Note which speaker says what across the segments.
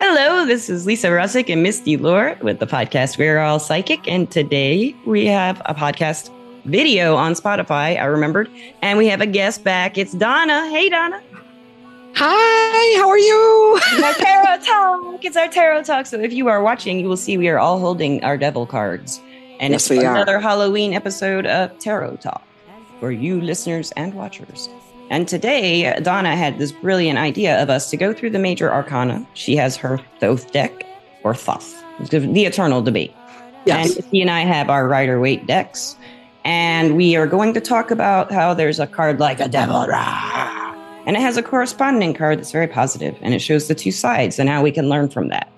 Speaker 1: Hello, this is Lisa Rusick and Misty Lure with the podcast We're All Psychic. And today we have a podcast video on Spotify, I remembered. And we have a guest back. It's Donna. Hey, Donna.
Speaker 2: Hi, how are you?
Speaker 1: It's our tarot talk. It's our tarot talk. So if you are watching, you will see we are all holding our devil cards. And it's
Speaker 2: Yes, we are.
Speaker 1: another Halloween episode of Tarot Talk for you listeners and watchers. And today, Donna had this brilliant idea of us to go through the major arcana. She has her Thoth deck or Thoth, the eternal debate.
Speaker 2: Yes.
Speaker 1: And he and I have our rider weight decks. And we are going to talk about how there's a card like a devil. Rah! And it has a corresponding card that's very positive and it shows the two sides and how we can learn from that.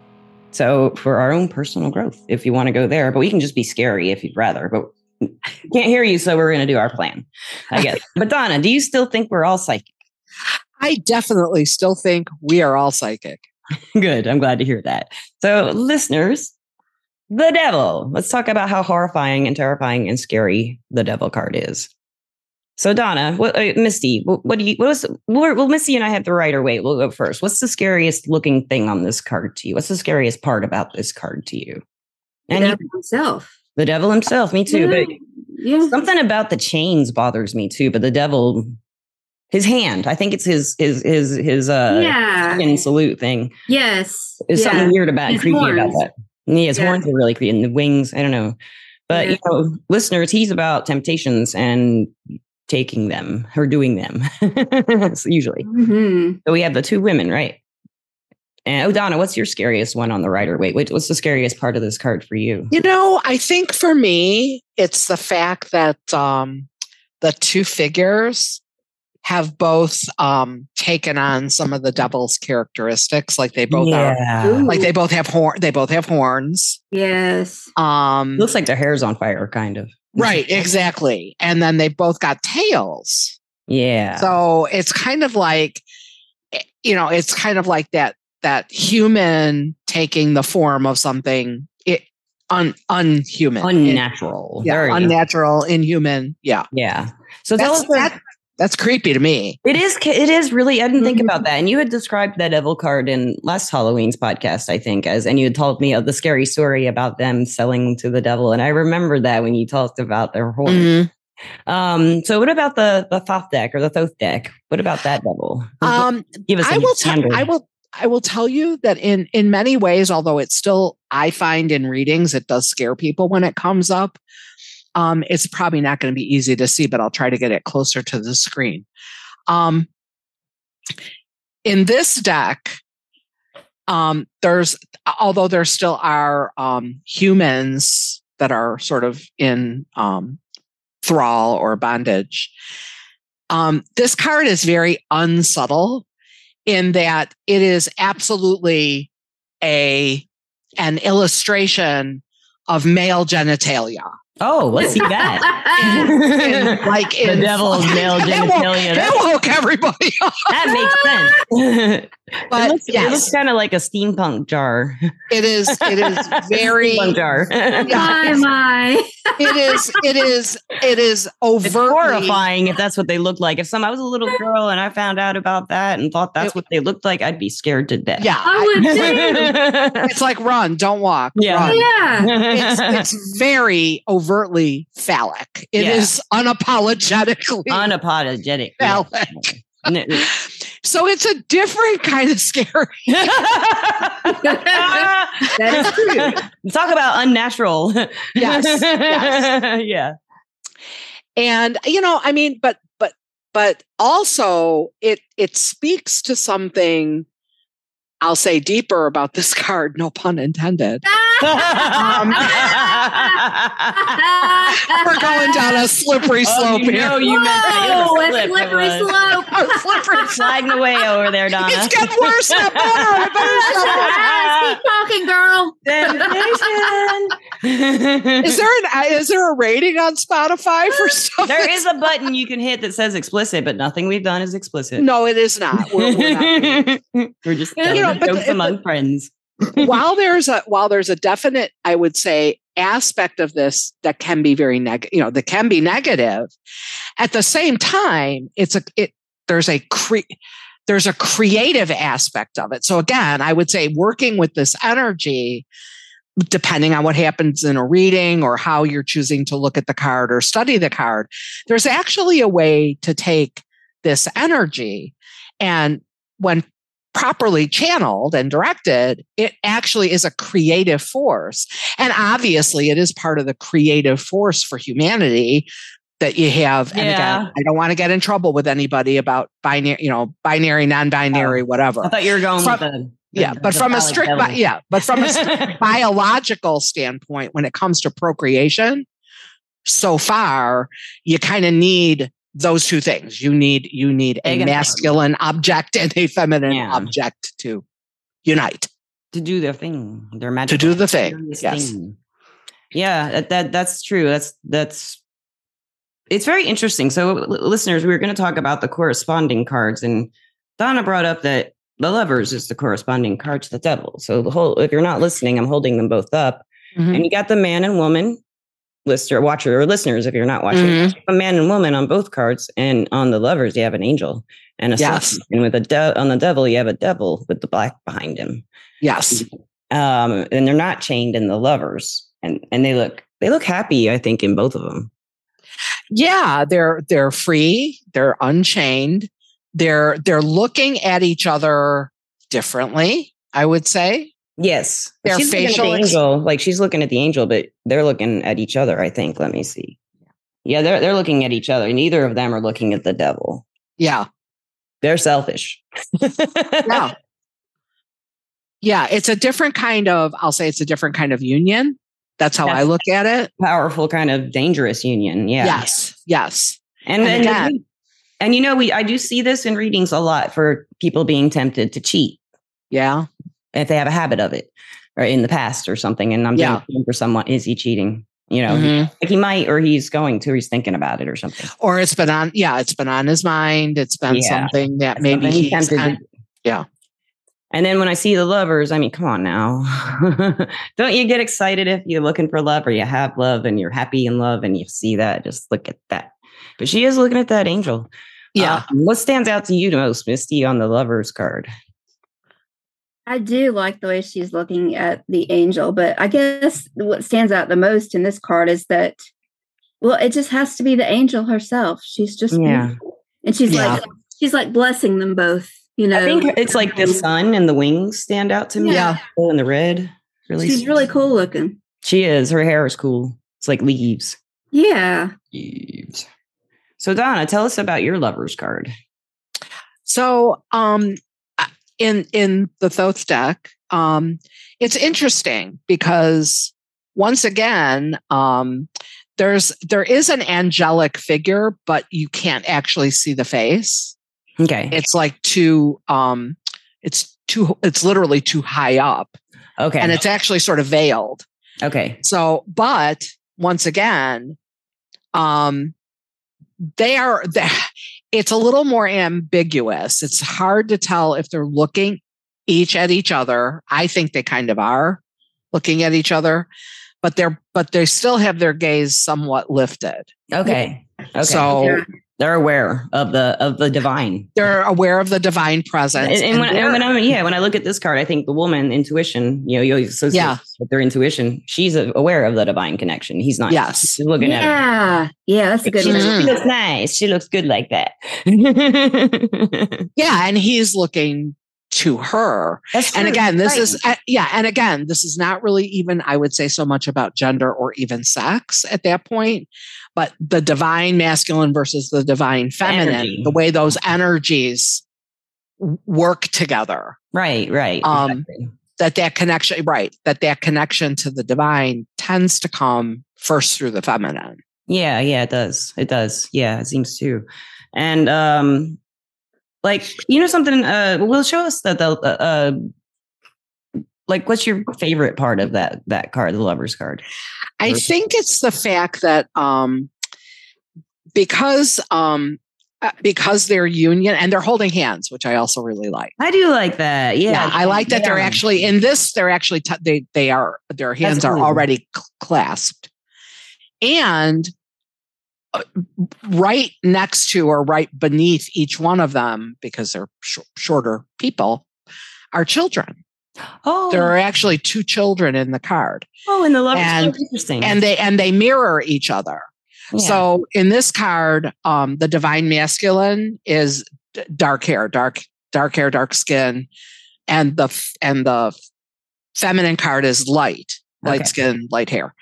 Speaker 1: So for our own personal growth, if you want to go there, but we can just be scary if you'd rather, but can't hear you. So we're going to do our plan, I guess. but Donna, do you still think we're all psychic?
Speaker 2: I definitely still think we are all psychic.
Speaker 1: Good. I'm glad to hear that. So listeners, the devil. Let's talk about how horrifying and terrifying and scary the devil card is. So Donna, what, uh, Misty, what, what do you? What was? Well, well, Misty and I have the right or wait. We'll go first. What's the scariest looking thing on this card to you? What's the scariest part about this card to you? And you-
Speaker 3: Yeah, myself.
Speaker 1: the devil himself, me too. But
Speaker 3: Yeah.
Speaker 1: something about the chains bothers me too. But the devil, his hand. I think it's his his his his uh
Speaker 3: yeah.
Speaker 1: hand salute thing.
Speaker 3: Yes.
Speaker 1: There's
Speaker 3: yeah.
Speaker 1: something weird about and
Speaker 3: His
Speaker 1: creepy about
Speaker 3: horns.
Speaker 1: that. And Yeah, his
Speaker 3: Yeah.
Speaker 1: horns are really creepy, and the wings. I don't know, but
Speaker 3: Yeah.
Speaker 1: you know, listeners, he's about temptations and taking them or doing them. So usually,
Speaker 3: Mhm.
Speaker 1: so we have the two women, right? And oh, Donna, what's your scariest one on the rider? Wait, wait, what's the scariest part of this card for you?
Speaker 2: You know, I think for me, it's the fact that um, the two figures have both um, taken on some of the devil's characteristics. Like they both are,
Speaker 1: yeah,
Speaker 3: Ooh,
Speaker 2: like they both have horn. They both have horns.
Speaker 3: Yes.
Speaker 2: Um,
Speaker 1: looks like their hair's on fire, kind of.
Speaker 2: right, exactly. And then they both got tails.
Speaker 1: Yeah.
Speaker 2: So it's kind of like, eh, you know, it's kind of like that that human taking the form of something it, un unhuman,
Speaker 1: unnatural.
Speaker 2: eh, yeah,
Speaker 1: There you go.
Speaker 2: unnatural, inhuman. Yeah,
Speaker 1: yeah. So tell
Speaker 2: that's
Speaker 1: us that.
Speaker 2: that, that's creepy to me.
Speaker 1: It is. ca- It is really. I didn't think
Speaker 2: Mm-hmm.
Speaker 3: Mhm.
Speaker 1: about that. And you had described that devil card in last Halloween's podcast, I think, as and you had told me of the scary story about them selling to the devil. And I remember that when you talked about their horn.
Speaker 2: Mm-hmm.
Speaker 1: Um. So what about the the Thoth deck or the Thoth deck? What about that devil?
Speaker 2: Um,
Speaker 1: Give us.
Speaker 2: I
Speaker 1: a
Speaker 2: will. T-
Speaker 1: handle.
Speaker 2: I will. I will tell you that in in many ways, although it's still I find in readings it does scare people when it comes up. Um, it's probably not going to be easy to see, but I'll try to get it closer to the screen. Um, in this deck, um, there's although there still are um, humans that are sort of in um, thrall or bondage. Um, this card is very unsubtle in that it is absolutely a an illustration of male genitalia.
Speaker 1: Oh, let's see that.
Speaker 2: In- like in
Speaker 1: the devil's male
Speaker 2: That woke-
Speaker 1: genitalia.
Speaker 2: That woke everybody up.
Speaker 1: That makes sense.
Speaker 2: But
Speaker 1: it looks,
Speaker 2: yes.
Speaker 1: kind of like a steampunk jar.
Speaker 2: It is it is very
Speaker 1: steampunk jar.
Speaker 3: my, my.
Speaker 2: it is it is it is
Speaker 1: It's
Speaker 2: overtly
Speaker 1: horrifying if that's what they look like. If some I was a little girl and I found out about that and thought that's
Speaker 2: It-
Speaker 1: what they looked like, I'd be scared to death.
Speaker 2: Yeah.
Speaker 3: I would think.
Speaker 2: It's like run, don't walk.
Speaker 1: Yeah.
Speaker 2: Run.
Speaker 3: yeah.
Speaker 2: It's, it's very overtly phallic. It is
Speaker 1: Yeah.
Speaker 2: unapologetically
Speaker 1: Unapologetic. Yeah.
Speaker 2: phallic.
Speaker 1: N-
Speaker 2: So it's a different kind of scary.
Speaker 3: That is true.
Speaker 1: Talk about unnatural.
Speaker 2: Yes, yes.
Speaker 1: yeah.
Speaker 2: and you know i mean but but but also it it speaks to something i'll say deeper about this card no pun intended we're going down a slippery
Speaker 1: Oh,
Speaker 2: slope
Speaker 1: you know
Speaker 2: here
Speaker 1: you meant that. It
Speaker 3: Whoa, a
Speaker 1: slipped,
Speaker 3: slippery
Speaker 1: everyone.
Speaker 3: slope.
Speaker 2: A slippery slope.
Speaker 1: Sliding away over there, Donna.
Speaker 2: it's getting worse not better it better stop.
Speaker 3: Yes, keep talking, girl.
Speaker 1: Temptation.
Speaker 2: is there an is there a rating on spotify for stuff
Speaker 1: there
Speaker 2: that's-
Speaker 1: is a button you can hit that says explicit, but nothing we've done is explicit.
Speaker 2: no it is not, we're, we're not.
Speaker 1: We're just
Speaker 3: You know,
Speaker 1: telling
Speaker 2: but
Speaker 1: jokes
Speaker 2: the-
Speaker 1: among friends.
Speaker 2: while there's a while there's a definite i would say aspect of this that can be very negative you know that can be negative at the same time it's a it there's a cre- there's a creative aspect of it. So again, I would say working with this energy, depending on what happens in a reading or how you're choosing to look at the card or study the card, there's actually a way to take this energy and when properly channeled and directed, it actually is a creative force. And obviously, it is part of the creative force for humanity that you have. And
Speaker 1: Yeah.
Speaker 2: again, I don't want to get in trouble with anybody about binary, you know, binary, non-binary, whatever.
Speaker 1: Oh. I thought you were going
Speaker 2: From-
Speaker 1: with the,
Speaker 2: yeah,
Speaker 1: the-
Speaker 2: but
Speaker 1: the
Speaker 2: from a
Speaker 1: valid
Speaker 2: strict, bi-
Speaker 1: belly.
Speaker 2: yeah, but from a strict biological standpoint, when it comes to procreation, so far, you kind of need those two things. You need you need
Speaker 1: Egg
Speaker 2: a
Speaker 1: and
Speaker 2: masculine object and a feminine
Speaker 1: Yeah.
Speaker 2: object to unite
Speaker 1: to do their thing, their
Speaker 2: to
Speaker 1: magic.
Speaker 2: do the thing. Yes.
Speaker 1: Yeah, that, that that's true. That's that's it's very interesting. So l- listeners, we were going to talk about the corresponding cards and Donna brought up that the lovers is the corresponding card to the devil. So the whole if you're not listening, I'm holding them both up.
Speaker 2: Mhm.
Speaker 1: And you got the man and woman lister watcher or listeners if you're not watching.
Speaker 2: Mhm.
Speaker 1: a man and woman on both cards, and on the lovers you have an angel and a
Speaker 2: Yes.
Speaker 1: yes. and with a de- on the devil you have a devil with the black behind him.
Speaker 2: Yes.
Speaker 1: Um, and they're not chained in the lovers, and and they look they look happy. I think in both of them.
Speaker 2: Yeah, they're they're free, they're unchained. They're they're looking at each other differently, I would say.
Speaker 1: Yes,
Speaker 2: Their
Speaker 1: she's looking at
Speaker 2: facial
Speaker 1: the
Speaker 2: ex-
Speaker 1: angel, like she's looking at the angel, but they're looking at each other. I think. Let me see. Yeah, they're they're looking at each other. Neither of them are looking at the devil.
Speaker 2: Yeah.
Speaker 1: They're selfish.
Speaker 2: yeah. Yeah, it's a different kind of, I'll say it's a different kind of union. That's how I
Speaker 1: Yes.
Speaker 2: look at it.
Speaker 1: Powerful kind of dangerous union. Yeah.
Speaker 2: Yes. Oh Yes.
Speaker 1: And
Speaker 2: And
Speaker 1: and,
Speaker 2: again-
Speaker 1: we- and you know, we I do see this in readings a lot for people being tempted to cheat
Speaker 2: Yeah.
Speaker 1: if they have a habit of it or in the past or something. And I'm
Speaker 2: Yeah.
Speaker 1: doing it for someone, is he cheating? You know,
Speaker 2: Mhm.
Speaker 1: like he might or he's going to, or he's thinking about it or something.
Speaker 2: Or it's been on, yeah, it's been on his mind. It's been
Speaker 1: Yeah.
Speaker 2: something that maybe
Speaker 1: Something he's
Speaker 2: he's
Speaker 1: tempted to
Speaker 2: on-
Speaker 1: do.
Speaker 2: yeah.
Speaker 1: And then when I see the lovers, I mean, come on now. Don't you get excited if you're looking for love or you have love and you're happy in love and you see that? Just look at that. But she is looking at that angel.
Speaker 2: yeah.
Speaker 1: Um, what stands out to you the most, Misty, on the lovers card?
Speaker 3: I do like the way she's looking at the angel, but I guess what stands out the most in this card is that, well, it just has to be the angel herself. She's just
Speaker 1: Yeah.
Speaker 3: beautiful. and she's
Speaker 2: Yeah.
Speaker 3: like she's like blessing them both. You know,
Speaker 1: I think it's like the sun and the wings stand out to me.
Speaker 2: Yeah.
Speaker 1: Oh, and the red. Really,
Speaker 3: she's really cool looking.
Speaker 1: She is. Her hair is cool. It's like leaves.
Speaker 3: Yeah,
Speaker 1: Leaves. So Donna, tell us about your lovers card.
Speaker 2: So, um, uh, in in the Thoth deck, um, it's interesting because once again, um, there's there is an angelic figure, but you can't actually see the face.
Speaker 1: Okay.
Speaker 2: It's like too, um, it's too, it's literally too high up,
Speaker 1: okay.
Speaker 2: and it's actually sort of veiled.
Speaker 1: okay.
Speaker 2: So, but once again, um, they are. They, it's a little more ambiguous. It's hard to tell if they're looking each at each other. I think they kind of are looking at each other, but they're but they still have their gaze somewhat lifted.
Speaker 1: Okay. Okay.
Speaker 2: So
Speaker 3: Yeah.
Speaker 1: they're aware of the of the divine.
Speaker 2: they're aware of the divine presence.
Speaker 1: And, and
Speaker 2: and
Speaker 1: when,
Speaker 2: they're-
Speaker 1: and when I'm, yeah, when I look at this card, I think the woman intuition. You know, you always associate
Speaker 2: Yeah.
Speaker 1: with their intuition. She's aware of the divine connection. He's not.
Speaker 2: yes,
Speaker 1: She's looking at him.
Speaker 3: yeah, yeah. That's a good
Speaker 1: she,
Speaker 2: Mhm.
Speaker 3: one.
Speaker 1: she looks nice. She looks good like that.
Speaker 2: yeah, and he's looking to her.
Speaker 1: That's
Speaker 2: and
Speaker 1: true.
Speaker 2: again this
Speaker 1: Right.
Speaker 2: is uh, yeah and again this is not really even i would say so much about gender or even sex at that point but the divine masculine versus the divine feminine
Speaker 1: energy.
Speaker 2: the way those energies w- work together
Speaker 1: right, right.
Speaker 2: um,
Speaker 1: exactly.
Speaker 2: that that connection right that that connection to the divine tends to come first through the feminine
Speaker 1: Yeah, yeah, it does. It does. Yeah, it seems to. And um like you know something uh will show us that the uh, uh like what's your favorite part of that that card, the lover's card?
Speaker 2: I
Speaker 1: Versus-
Speaker 2: think it's the fact that um, because um, uh, because they're union and they're holding hands, which I also really like.
Speaker 1: I do like that. Yeah.
Speaker 2: Yeah, I like that they're
Speaker 1: yeah.
Speaker 2: actually in this. They're actually t- they they are their hands are
Speaker 1: cool.
Speaker 2: already cl- clasped, and uh, right next to or right beneath each one of them, because they're sh- shorter people, are children.
Speaker 1: Oh,
Speaker 2: There are actually two children in the card,
Speaker 1: oh, and the love
Speaker 2: and-
Speaker 1: is so interesting.
Speaker 2: and they and they mirror each other.
Speaker 1: Yeah.
Speaker 2: So in this card, um, the divine masculine is d- dark hair, dark dark hair, dark skin, and the f- and the feminine card is light, light
Speaker 1: Okay.
Speaker 2: skin, light hair.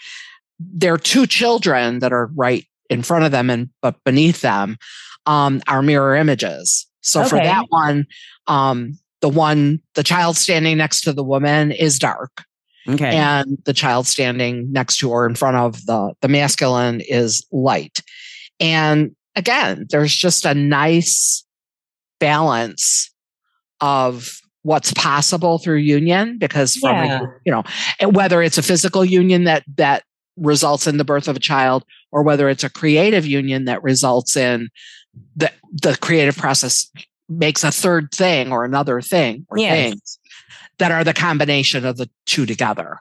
Speaker 2: Their two children that are right in front of them and but beneath them um, are mirror images. So for
Speaker 1: Okay.
Speaker 2: that one, um, the one the child standing next to the woman is dark
Speaker 1: okay,
Speaker 2: and the child standing next to or in front of the the masculine is light and again there's just a nice balance of what's possible through union because from a-
Speaker 1: Yeah.
Speaker 2: you know and whether it's a physical union that that results in the birth of a child or whether it's a creative union that results in the the creative process makes a third thing or another thing or
Speaker 1: Yes.
Speaker 2: things that are the combination of the two together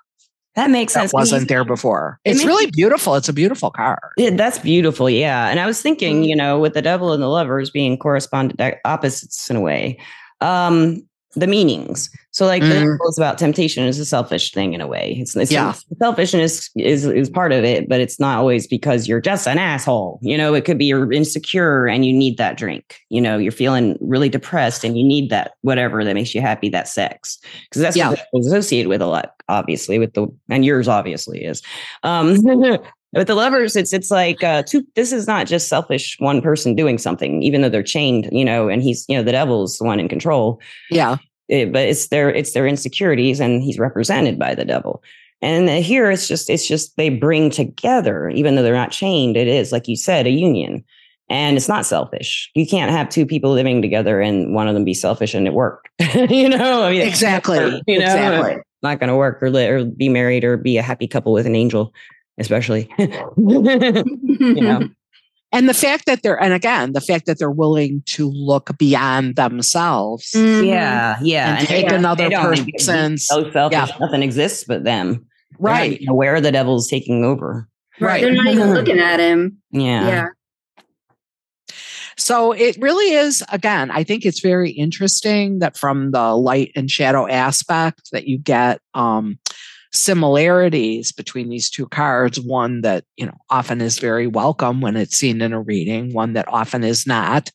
Speaker 1: that makes
Speaker 2: that
Speaker 1: sense.
Speaker 2: wasn't there before.
Speaker 1: It
Speaker 2: It's
Speaker 1: makes-
Speaker 2: really beautiful. It's a beautiful card.
Speaker 1: Yeah, that's beautiful. Yeah. And I was thinking,
Speaker 2: Mm-hmm.
Speaker 1: you know, with the devil and the lovers being correspondent di- opposites in a way, um, the meanings. So like the
Speaker 2: Mhm.
Speaker 1: devil is about temptation is a selfish thing in a way. It's, it's
Speaker 2: Yeah.
Speaker 1: selfishness is, is part of it, but it's not always because you're just an asshole. You know, it could be you're insecure and you need that drink. You know, you're feeling really depressed and you need that whatever that makes you happy, that sex. Because that's
Speaker 2: Yeah.
Speaker 1: what it's associated with a lot, obviously, with the and yours obviously is. Um with the lovers it's it's like uh two this is not just selfish one person doing something even though they're chained you know and he's you know the devil's the one in control
Speaker 2: Yeah.
Speaker 1: it, Eh, but it's their it's their insecurities and he's represented by the devil and here it's just it's just they bring together even though they're not chained it is like you said a union and it's not selfish you can't have two people living together and one of them be selfish and it work you know I mean, it's
Speaker 2: Exactly.
Speaker 1: You know,
Speaker 2: exactly.
Speaker 1: not going to work or, li- or be married or be a happy couple with an angel especially
Speaker 2: Mm-hmm.
Speaker 1: you
Speaker 3: Mm-hmm.
Speaker 1: know
Speaker 2: And the fact that they're, and again, the fact that they're willing to look beyond themselves
Speaker 3: Mhm.
Speaker 1: yeah yeah
Speaker 2: and take
Speaker 3: they-
Speaker 2: another
Speaker 1: they don't make it
Speaker 2: person's
Speaker 1: so selfish
Speaker 2: Yeah.
Speaker 1: nothing exists but them They're not
Speaker 2: right.
Speaker 1: even aware the devil's taking over
Speaker 2: Right.
Speaker 3: They're not even looking at him.
Speaker 1: yeah
Speaker 3: Yeah.
Speaker 2: So it really is, again, I think it's very interesting that from the light and shadow aspect that you get um, similarities between these two cards, one that, you know, often is very welcome when it's seen in a reading, one that often is not.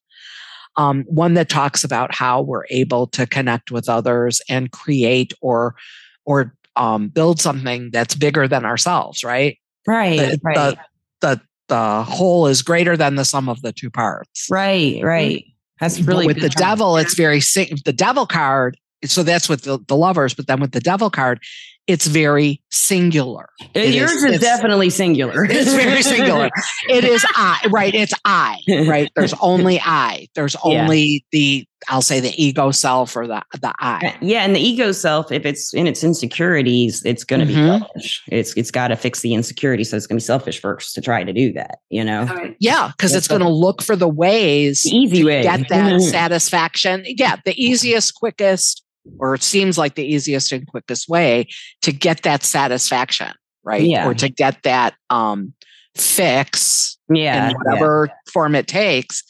Speaker 2: Um, one that talks about how we're able to connect with others and create or or um, build something that's bigger than ourselves, right?
Speaker 1: right
Speaker 2: The-
Speaker 1: right
Speaker 2: the- The whole is greater than the sum of the two parts.
Speaker 1: right right that's
Speaker 2: Mm-hmm. But
Speaker 1: really
Speaker 2: with the
Speaker 1: good.
Speaker 2: devil it's very sing- the devil card so that's with the, the lovers but then with the devil card it's very singular it is-
Speaker 1: yours is,
Speaker 2: it's-
Speaker 1: definitely singular
Speaker 2: it's very singular it is i right it's i right there's only i there's
Speaker 1: Yeah.
Speaker 2: only the i'll say the ego self or the the i
Speaker 1: yeah and the ego self if it's in its insecurities it's going to
Speaker 2: Mhm.
Speaker 1: be selfish it's it's got to fix the insecurity so it's going to be selfish first to try to do that you know
Speaker 3: All right.
Speaker 2: yeah because
Speaker 1: Yeah,
Speaker 2: it's
Speaker 1: so-
Speaker 2: going to look for the ways
Speaker 1: the easy way Mm-hmm.
Speaker 2: get that satisfaction. Yeah, the easiest, quickest, or it seems like the easiest and quickest way to get that satisfaction, right?
Speaker 1: Yeah.
Speaker 2: Or to get that um, fix
Speaker 1: yeah
Speaker 2: in
Speaker 1: yeah.
Speaker 2: whatever form it takes.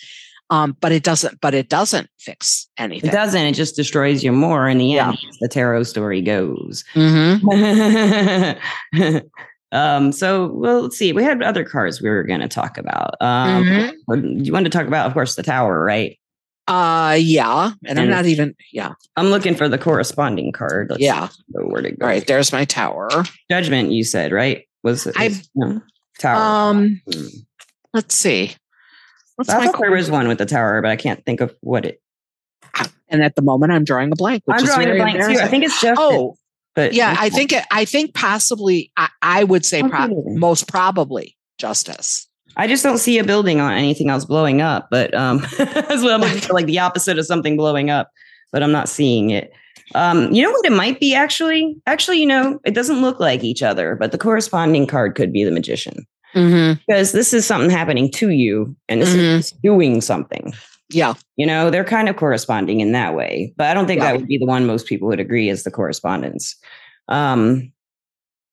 Speaker 2: Um, but it doesn't. But it doesn't fix
Speaker 1: It
Speaker 2: anything.
Speaker 1: doesn't. It just destroys you more in the
Speaker 2: Yeah.
Speaker 1: end. as The tarot story goes.
Speaker 2: Mhm.
Speaker 1: um, so well, let's see. We had other cards we were going to talk about. Um,
Speaker 2: Mhm.
Speaker 1: You want to talk about, of course, the tower, right?
Speaker 2: Uh, yeah. And I'm
Speaker 1: And-
Speaker 2: not even. Yeah.
Speaker 1: I'm looking for the corresponding card. Let's
Speaker 2: Yeah.
Speaker 1: know where to go.
Speaker 2: All right. There's my tower.
Speaker 1: Judgment. You said right was it?
Speaker 2: I-
Speaker 1: was- no? tower.
Speaker 2: Um.
Speaker 1: Hmm.
Speaker 2: Let's see. What's
Speaker 1: I
Speaker 2: my
Speaker 1: thought there
Speaker 2: cor-
Speaker 1: was one with the tower, but I can't think of what it.
Speaker 2: and at the moment I'm drawing a blank. Which
Speaker 1: I'm
Speaker 2: is
Speaker 1: drawing a
Speaker 2: very
Speaker 1: blank too. I
Speaker 2: embarrassing.
Speaker 1: think it's just.
Speaker 2: Oh,
Speaker 1: but
Speaker 2: yeah i think it, i think possibly i, I would say pro-
Speaker 1: Possibly.
Speaker 2: most probably justice
Speaker 1: I just don't see a building on anything else blowing up, but um, that's what I'm looking for, like the opposite of something blowing up, but I'm not seeing it. Um, you know what it might be actually? Actually, you know, it doesn't look like each other, but the corresponding card could be the magician because this is something happening to you and this
Speaker 2: Mhm.
Speaker 1: is doing something.
Speaker 2: yeah
Speaker 1: You know, they're kind of corresponding in that way, but I don't think
Speaker 2: Yeah.
Speaker 1: that would be the one most people would agree is the correspondence. Um,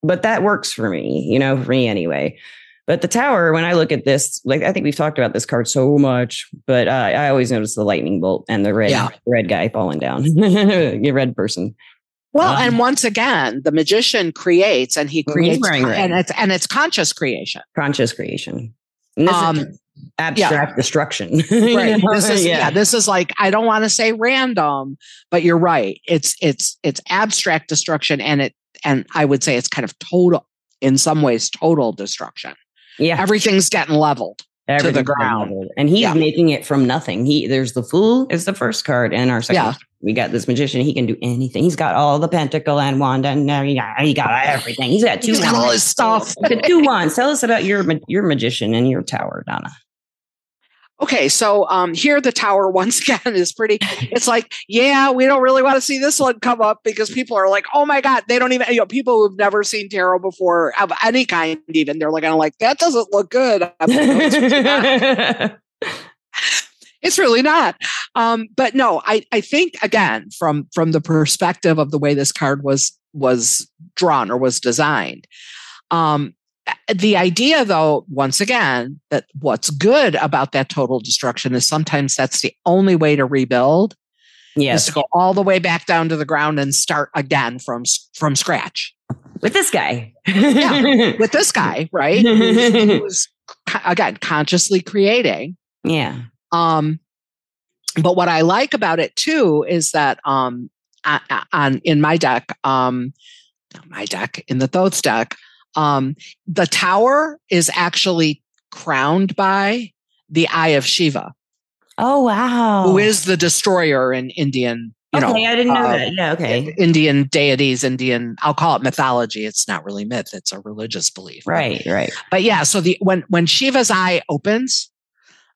Speaker 1: but that works for me, you know, for me anyway. But the tower, when I look at this, like I think we've talked about this card so much, but uh, I always notice the lightning bolt and the red
Speaker 2: Yeah.
Speaker 1: red guy falling down, the red person.
Speaker 2: Well,
Speaker 1: Um,
Speaker 2: and once again, the magician creates and he
Speaker 1: He's
Speaker 2: creates
Speaker 1: wearing red.
Speaker 2: and it's and it's conscious creation.
Speaker 1: conscious creation. And this
Speaker 2: Um,
Speaker 1: is abstract destruction.
Speaker 2: Right.
Speaker 1: You know?
Speaker 2: this is yeah.
Speaker 1: yeah.
Speaker 2: this is like I don't want to say random, but you're right. It's it's it's abstract destruction and it and I would say it's kind of total in some ways total destruction.
Speaker 1: Yeah.
Speaker 2: Everything's getting leveled.
Speaker 1: Everything's been
Speaker 2: ground.
Speaker 1: leveled. And he's
Speaker 2: Yeah.
Speaker 1: making it from nothing. He there's the fool is the first card and our second.
Speaker 2: Yeah.
Speaker 1: We got this magician. He can do anything. He's got all the pentacle and wand and now he got, he got everything. He's got two
Speaker 2: He's got all
Speaker 1: wands.
Speaker 2: his stuff.
Speaker 1: The two wands. Tell us about your ma- your magician and your tower, Donna.
Speaker 2: Okay, so um, here the tower once again is pretty. It's like, yeah, we don't really want to see this one come up because people are like, oh my god, they don't even you know people who've never seen tarot before of any kind even they're like, I'm like that doesn't look good. I'm like, "No, it's really not." it's really not um but no i i think again from from the perspective of the way this card was was drawn or was designed um the idea though once again that what's good about that total destruction is sometimes that's the only way to rebuild is
Speaker 1: yes.
Speaker 2: to go all the way back down to the ground and start again from s- from scratch
Speaker 1: With this guy.
Speaker 2: Yeah. with this guy right who's, who's co- again consciously creating
Speaker 1: yeah.
Speaker 2: um, but what I like about it too is that um, I- I- on in my deck, um, not my deck in the Thoth's deck, um, the tower is actually crowned by the Eye of Shiva,
Speaker 1: Oh wow.
Speaker 2: who is the destroyer in Indian. You know,
Speaker 1: okay, I didn't know
Speaker 2: uh,
Speaker 1: that. Yeah, okay.
Speaker 2: Indian deities, Indian, I'll call it mythology. It's not really myth, it's a religious belief.
Speaker 1: Right, right.
Speaker 2: But yeah, so the when when Shiva's eye opens,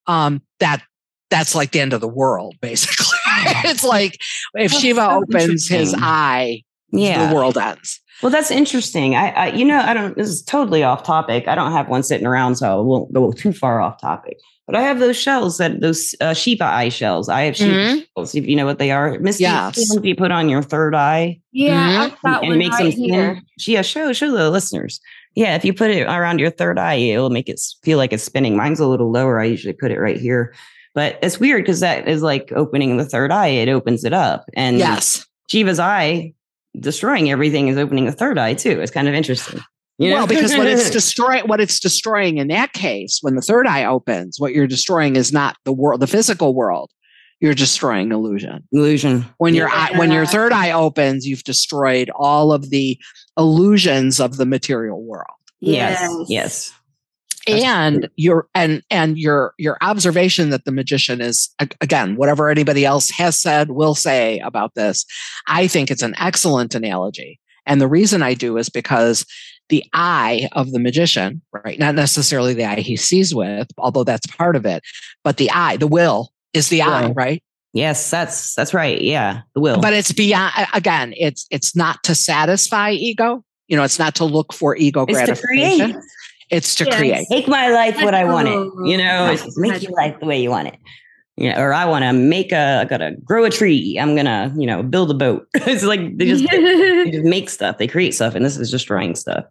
Speaker 2: um, that that's like the end of the world, basically. it's like if
Speaker 1: That's
Speaker 2: Shiva
Speaker 1: so
Speaker 2: opens his
Speaker 1: interesting.
Speaker 2: eye,
Speaker 1: Yeah.
Speaker 2: the world ends.
Speaker 1: Well, that's interesting. I, I, you know, I don't. This is totally off topic. I don't have one sitting around, so I won't go too far off topic. But I have those shells that those uh, Shiva eye shells. I have Shiva
Speaker 2: Mhm.
Speaker 1: shells. If you know what they are, Misty,
Speaker 2: Yes.
Speaker 1: the ones you put on your third eye
Speaker 2: Yeah,
Speaker 3: Yeah, I've got
Speaker 1: Mm-hmm. and
Speaker 3: one
Speaker 1: makes
Speaker 3: right
Speaker 1: them thin.
Speaker 3: here.
Speaker 1: Yeah, show show the listeners. Yeah, if you put it around your third eye, it'll make it s- feel like it's spinning. Mine's a little lower. I usually put it right here, but it's weird because that is like opening the third eye. It opens it up, and
Speaker 2: Yes.
Speaker 1: Shiva's eye destroying everything is opening the third eye too. It's kind of interesting. You know?
Speaker 2: Well, because what it's destroying, what it's destroying in that case, when the third eye opens, what you're destroying is not the world, the physical world. You're destroying illusion.
Speaker 1: illusion.
Speaker 2: When your eye, when your
Speaker 3: Yeah.
Speaker 2: third eye opens, you've destroyed all of the illusions of the material world.
Speaker 1: yes, yes, That's
Speaker 2: and your and and your your observation that the magician is ag- again whatever anybody else has said will say about this i think it's an excellent analogy and the reason i do is because the eye of the magician right not necessarily the eye he sees with although that's part of it but the eye the will is the eye
Speaker 1: Will.
Speaker 2: right
Speaker 1: yes. That's that's right. Yeah, the will.
Speaker 2: but it's beyond a- again it's it's not to satisfy ego you know it's not to look for ego
Speaker 1: It's to
Speaker 2: gratification
Speaker 1: create.
Speaker 2: it's to
Speaker 3: Yes.
Speaker 2: create
Speaker 1: Make my life what I want it. You know,
Speaker 3: Oh.
Speaker 1: it's just make your life the way you want it. Yeah, or I want to make a. I gotta grow a tree. I'm gonna, you know, build a boat. it's like they just they just make stuff. They create stuff, and this is destroying stuff.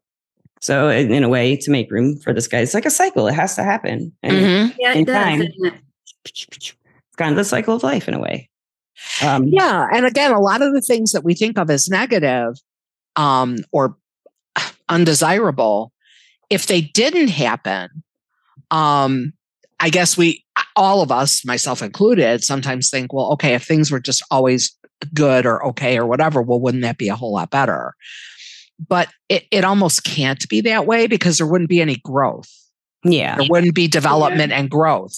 Speaker 1: So, in in a way, to make room for this guy, it's like a cycle. It has to happen. And
Speaker 2: Mhm.
Speaker 3: yeah,
Speaker 1: in
Speaker 3: it does.
Speaker 1: time.
Speaker 3: isn't it?
Speaker 1: it's kind of the cycle of life in a way. Um,
Speaker 2: Yeah. And again, a lot of the things that we think of as negative um, or undesirable, if they didn't happen, um, I guess we, all of us, myself included, sometimes think, well, okay, if things were just always good or okay or whatever, well, wouldn't that be a whole lot better? But it, it almost can't be that way because there wouldn't be any growth.
Speaker 1: yeah,
Speaker 2: There wouldn't be development and growth.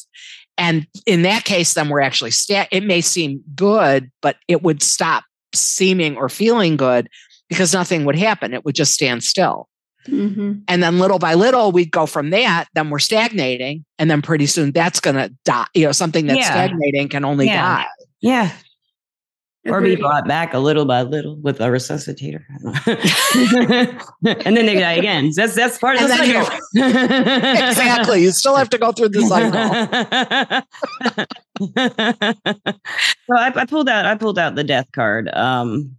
Speaker 2: And in that case, then we're actually sta- it may seem good, but it would stop seeming or feeling good because nothing would happen. It would just stand still.
Speaker 3: Mhm.
Speaker 2: And then little by little, we'd go from that, then we're stagnating. And then pretty soon that's gonna die. You know, something that's
Speaker 1: Yeah.
Speaker 2: stagnating can only
Speaker 1: Yeah.
Speaker 2: die.
Speaker 1: yeah, or be
Speaker 3: Agreed.
Speaker 1: brought back a little by little with a resuscitator, I don't know. and then they die again. So that's that's part of
Speaker 2: And
Speaker 1: the
Speaker 2: then
Speaker 1: cycle.
Speaker 2: exactly. You still have to go through the cycle.
Speaker 1: so I, I pulled out I pulled out the death card um